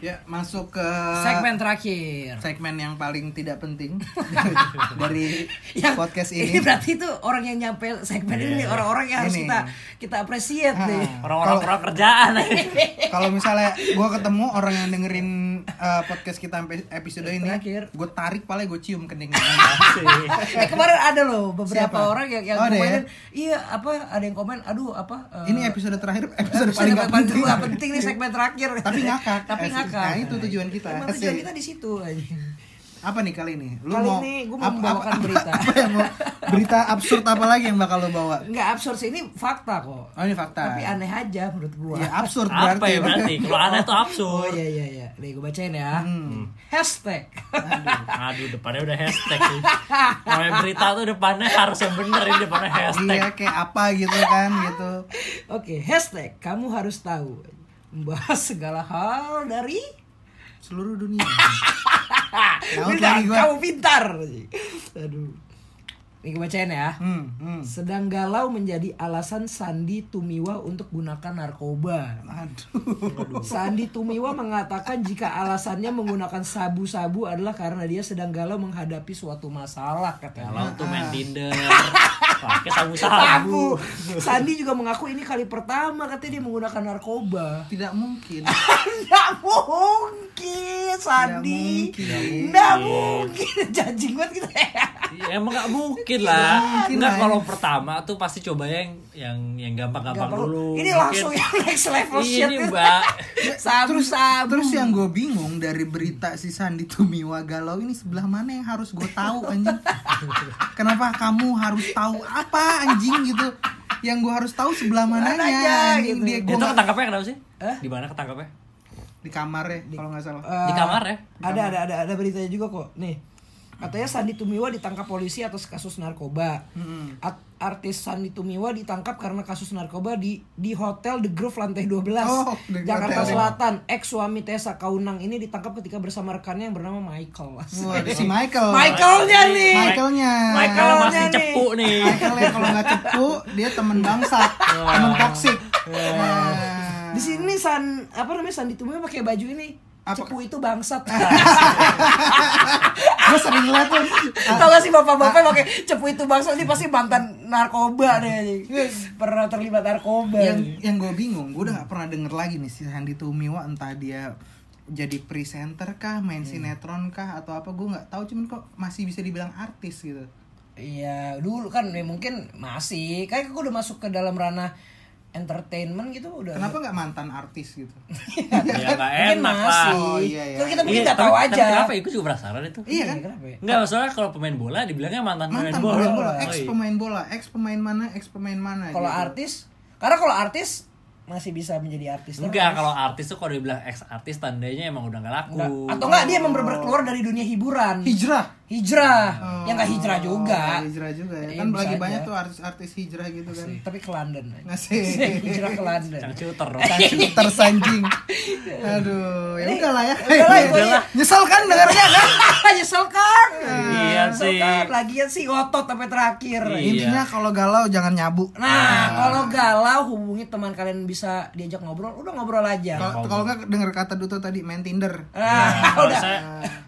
Speaker 2: Ya, masuk ke
Speaker 4: Segmen terakhir.
Speaker 2: segmen yang paling tidak penting dari podcast ini. Iya.
Speaker 4: berarti itu orang yang nyampe segmen ini orang-orang yang harus
Speaker 2: Ini.
Speaker 4: kita kita apresiat nih.
Speaker 2: Ah.
Speaker 3: Orang-orang kurang kerjaan.
Speaker 2: Kalau misalnya gue ketemu orang yang dengerin uh, podcast kita sampai episode ini,
Speaker 4: Terakhir.
Speaker 2: gue tarik paling gue cium kening.
Speaker 4: Eh, kemarin ada loh beberapa
Speaker 2: Siapa?
Speaker 4: orang yang yang
Speaker 2: Oh, ada ya?
Speaker 4: komen, iya apa ada yang komen, aduh apa? eh,
Speaker 2: ini episode terakhir, episode,
Speaker 4: episode
Speaker 2: paling gak penting.
Speaker 4: nggak penting nih segmen terakhir.
Speaker 2: Tapi ngakak.
Speaker 4: Tapi ngakak.
Speaker 2: Nah, itu tujuan kita.
Speaker 4: Emang tujuan
Speaker 2: Asik.
Speaker 4: kita di situ.
Speaker 2: Apa nih kali ini? Lu
Speaker 4: Kali
Speaker 2: mau
Speaker 4: ini gua mau
Speaker 2: ap- apa-
Speaker 4: membawakan berita.
Speaker 2: apa yang mau- berita absurd apa lagi yang bakal lo bawa?
Speaker 4: Enggak absurd sih ini fakta kok.
Speaker 2: Oh ini fakta.
Speaker 4: Tapi aneh aja menurut gua.
Speaker 2: Ya absurd
Speaker 3: Apa
Speaker 2: berarti.
Speaker 3: ya berarti? Kalau aneh tuh
Speaker 4: Oh
Speaker 3: absurd.
Speaker 4: iya iya iya. Nih gua bacain ya.
Speaker 2: Hmm.
Speaker 4: Hashtag.
Speaker 3: Aduh, depannya udah hashtag sih. Namanya berita tuh depannya harus yang bener ini depannya hashtag.
Speaker 2: Iya kayak apa gitu kan gitu.
Speaker 4: Oke, hashtag kamu harus tahu membahas segala hal dari
Speaker 2: Seluruh dunia. Laut
Speaker 4: Bintang,
Speaker 2: lagi gua.
Speaker 4: kamu pintar. Aduh. Nih gua bacain ya.
Speaker 2: Hmm, hmm.
Speaker 4: Sedang galau menjadi alasan Sandi Tumiwa untuk gunakan narkoba.
Speaker 2: Aduh.
Speaker 4: Sandi Tumiwa mengatakan jika alasannya menggunakan sabu-sabu adalah karena dia sedang galau menghadapi suatu masalah katanya.
Speaker 3: Kalau tuh main Tinder. Pakai sabu-sabu.
Speaker 4: Sabu. Sandi juga mengaku ini kali pertama katanya dia menggunakan narkoba.
Speaker 2: Tidak mungkin.
Speaker 4: Nggak mungkin, Sandi.
Speaker 2: Nggak mungkin.
Speaker 4: Nggak mungkin. Janjing banget kita.
Speaker 3: Ya, emang nggak mungkin lah.
Speaker 2: mungkin
Speaker 4: ya.
Speaker 3: Nggak
Speaker 2: lah.
Speaker 3: kalau pertama tuh pasti coba yang yang yang gampang-gampang
Speaker 4: Nggak perlu.
Speaker 3: dulu.
Speaker 4: Ini
Speaker 3: Mungkin-
Speaker 4: langsung ya. yang next level
Speaker 3: Iya
Speaker 4: shit.
Speaker 3: nih, Mbak.
Speaker 4: Sabu,
Speaker 2: terus
Speaker 4: sabu.
Speaker 2: terus yang gue bingung dari berita si Sandi Tumiwa galau ini sebelah mana yang harus gue tahu anjing kenapa kamu harus tahu apa anjing gitu yang gue harus tahu sebelah mananya
Speaker 4: aja,
Speaker 2: anjing
Speaker 4: gitu.
Speaker 2: dia
Speaker 3: Dia
Speaker 2: gue
Speaker 3: tuh ketangkapnya kenapa sih?
Speaker 4: Hah?
Speaker 3: Di mana ketangkapnya?
Speaker 2: di kamarnya kalau nggak salah
Speaker 4: Eh,
Speaker 3: Di kamar ya?
Speaker 4: Ada ada ada ada beritanya juga kok. Nih. Katanya Sandi Tumiwa ditangkap polisi atas kasus narkoba. At- artis Sandi Tumiwa ditangkap karena kasus narkoba di di Hotel The Grove lantai 12
Speaker 2: Oh, The Grove
Speaker 4: Jakarta
Speaker 2: Hotel.
Speaker 4: Selatan. Ex suami Tessa Kaunang ini ditangkap ketika bersama rekannya yang bernama Michael.
Speaker 2: Wah, ada si Michael
Speaker 4: Michaelnya nih.
Speaker 2: Michaelnya
Speaker 3: Michael
Speaker 4: Michaelnya Nah,
Speaker 3: masih
Speaker 4: nih.
Speaker 3: cepu nih.
Speaker 2: Michael ya kalau nggak cepu dia temen bangsat temen toksik Nah.
Speaker 4: Di sini San apa namanya Sandi Tumiwa pakai baju ini.
Speaker 2: Apa?
Speaker 4: Cepu itu bangsat.
Speaker 2: gue sering liat tuh
Speaker 4: Tahu gak sih bapak-bapak pakai cepu itu bangsat ini pasti mantan narkoba deh. Pernah terlibat narkoba.
Speaker 2: yang yang gue bingung gue udah gak pernah denger lagi nih si Sandi Tumiwa entah dia jadi presenter kah main
Speaker 4: Iya.
Speaker 2: sinetron kah atau apa gue nggak tahu cuman kok masih bisa dibilang artis gitu
Speaker 4: Iya, dulu kan ya mungkin masih. Kayak aku udah masuk ke dalam ranah entertainment gitu udah.
Speaker 2: kenapa nggak mantan artis gitu
Speaker 4: Iya.
Speaker 3: Ya nggak
Speaker 4: Mungkin
Speaker 3: enak lah.
Speaker 4: masih.
Speaker 2: Oh, iya, iya.
Speaker 4: Kan Kita mungkin
Speaker 3: Iya,
Speaker 4: nggak
Speaker 3: tapi-
Speaker 4: tahu
Speaker 3: tapi
Speaker 4: aja.
Speaker 3: Kenapa? Iku juga penasaran itu.
Speaker 2: iya kan
Speaker 4: kenapa ya?
Speaker 3: Enggak, masalah kalau pemain bola dibilangnya mantan,
Speaker 2: mantan
Speaker 3: pemain bola.
Speaker 2: pemain bola
Speaker 3: Oh,
Speaker 2: ex
Speaker 3: iya.
Speaker 2: pemain bola ex pemain mana ex pemain mana
Speaker 4: Kalau
Speaker 2: gitu.
Speaker 4: artis, karena kalau artis masih bisa menjadi artis. terus.
Speaker 3: Enggak, kalau artis tuh kalau dibilang ex artis tandanya emang udah nggak laku.
Speaker 4: Nggak. Atau enggak dia memang
Speaker 2: Oh.
Speaker 4: benar-benar keluar dari dunia hiburan.
Speaker 2: hijrah
Speaker 4: Hijrah. Yang enggak ya hijrah juga.
Speaker 2: Oh, hijrah juga ya
Speaker 4: Iya,
Speaker 2: kan
Speaker 4: bisa
Speaker 2: lagi
Speaker 4: aja. Iya.
Speaker 2: banyak tuh artis-artis hijrah gitu kan
Speaker 4: Tapi ke London.
Speaker 2: Ngasih.
Speaker 4: hijrah ke London.
Speaker 3: Cang cuter.
Speaker 4: Eh,
Speaker 2: tersanjing
Speaker 4: Iya.
Speaker 2: aduh ya udah lah ya
Speaker 4: Udah lah, itu aja.
Speaker 2: nyesel kan dengarnya kan
Speaker 4: Nyesel Iya, kan?
Speaker 3: Iya
Speaker 4: Nyesel
Speaker 3: sih.
Speaker 4: kan? Lagian sih otot sampai terakhir.
Speaker 3: Iya. Ah.
Speaker 2: intinya kalau galau jangan nyabu
Speaker 4: Nah, kalau galau hubungi teman kalian bisa diajak ngobrol, udah ngobrol aja.
Speaker 2: Kalau kalau nggak denger kata Duto tadi main Tinder.
Speaker 4: Ah,
Speaker 3: Nah, Kalau
Speaker 4: udah.
Speaker 3: saya-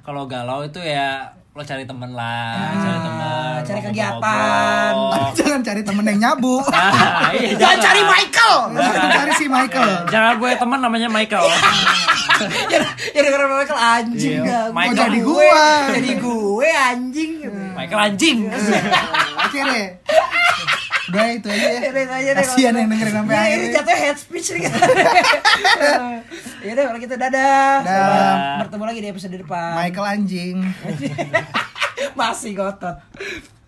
Speaker 3: Kalau galau itu ya lo cari temen lah, cari temen,
Speaker 4: Ah, cari
Speaker 3: ngobrol-ngobrol.
Speaker 4: kegiatan.
Speaker 2: Jangan cari temen yang nyabu.
Speaker 3: Ah, iya,
Speaker 4: Jangan cari
Speaker 3: lah. Nah.
Speaker 4: Michael.
Speaker 2: Jangan cari si Michael.
Speaker 3: Jangan gue teman namanya Michael.
Speaker 4: ya ya dengerin Michael anjing
Speaker 3: Iya,
Speaker 4: dah.
Speaker 3: Michael. Hmm.
Speaker 4: Jadi
Speaker 2: Jadi
Speaker 4: gue,
Speaker 2: gua.
Speaker 4: jadi gue anjing gitu.
Speaker 3: Michael anjing.
Speaker 4: iya.
Speaker 2: Oke deh. Udah itu aja ya.
Speaker 4: Yaudah, itu aja deh, kalau
Speaker 2: Kasihan yang
Speaker 4: gitu.
Speaker 2: dengerin sampai
Speaker 4: Iya,
Speaker 2: akhir.
Speaker 4: Ini jatuh head speech nih. ya udah kalau gitu dadah.
Speaker 2: Dadah.
Speaker 4: Bertemu lagi di episode depan.
Speaker 2: Michael anjing.
Speaker 4: Masih gotot.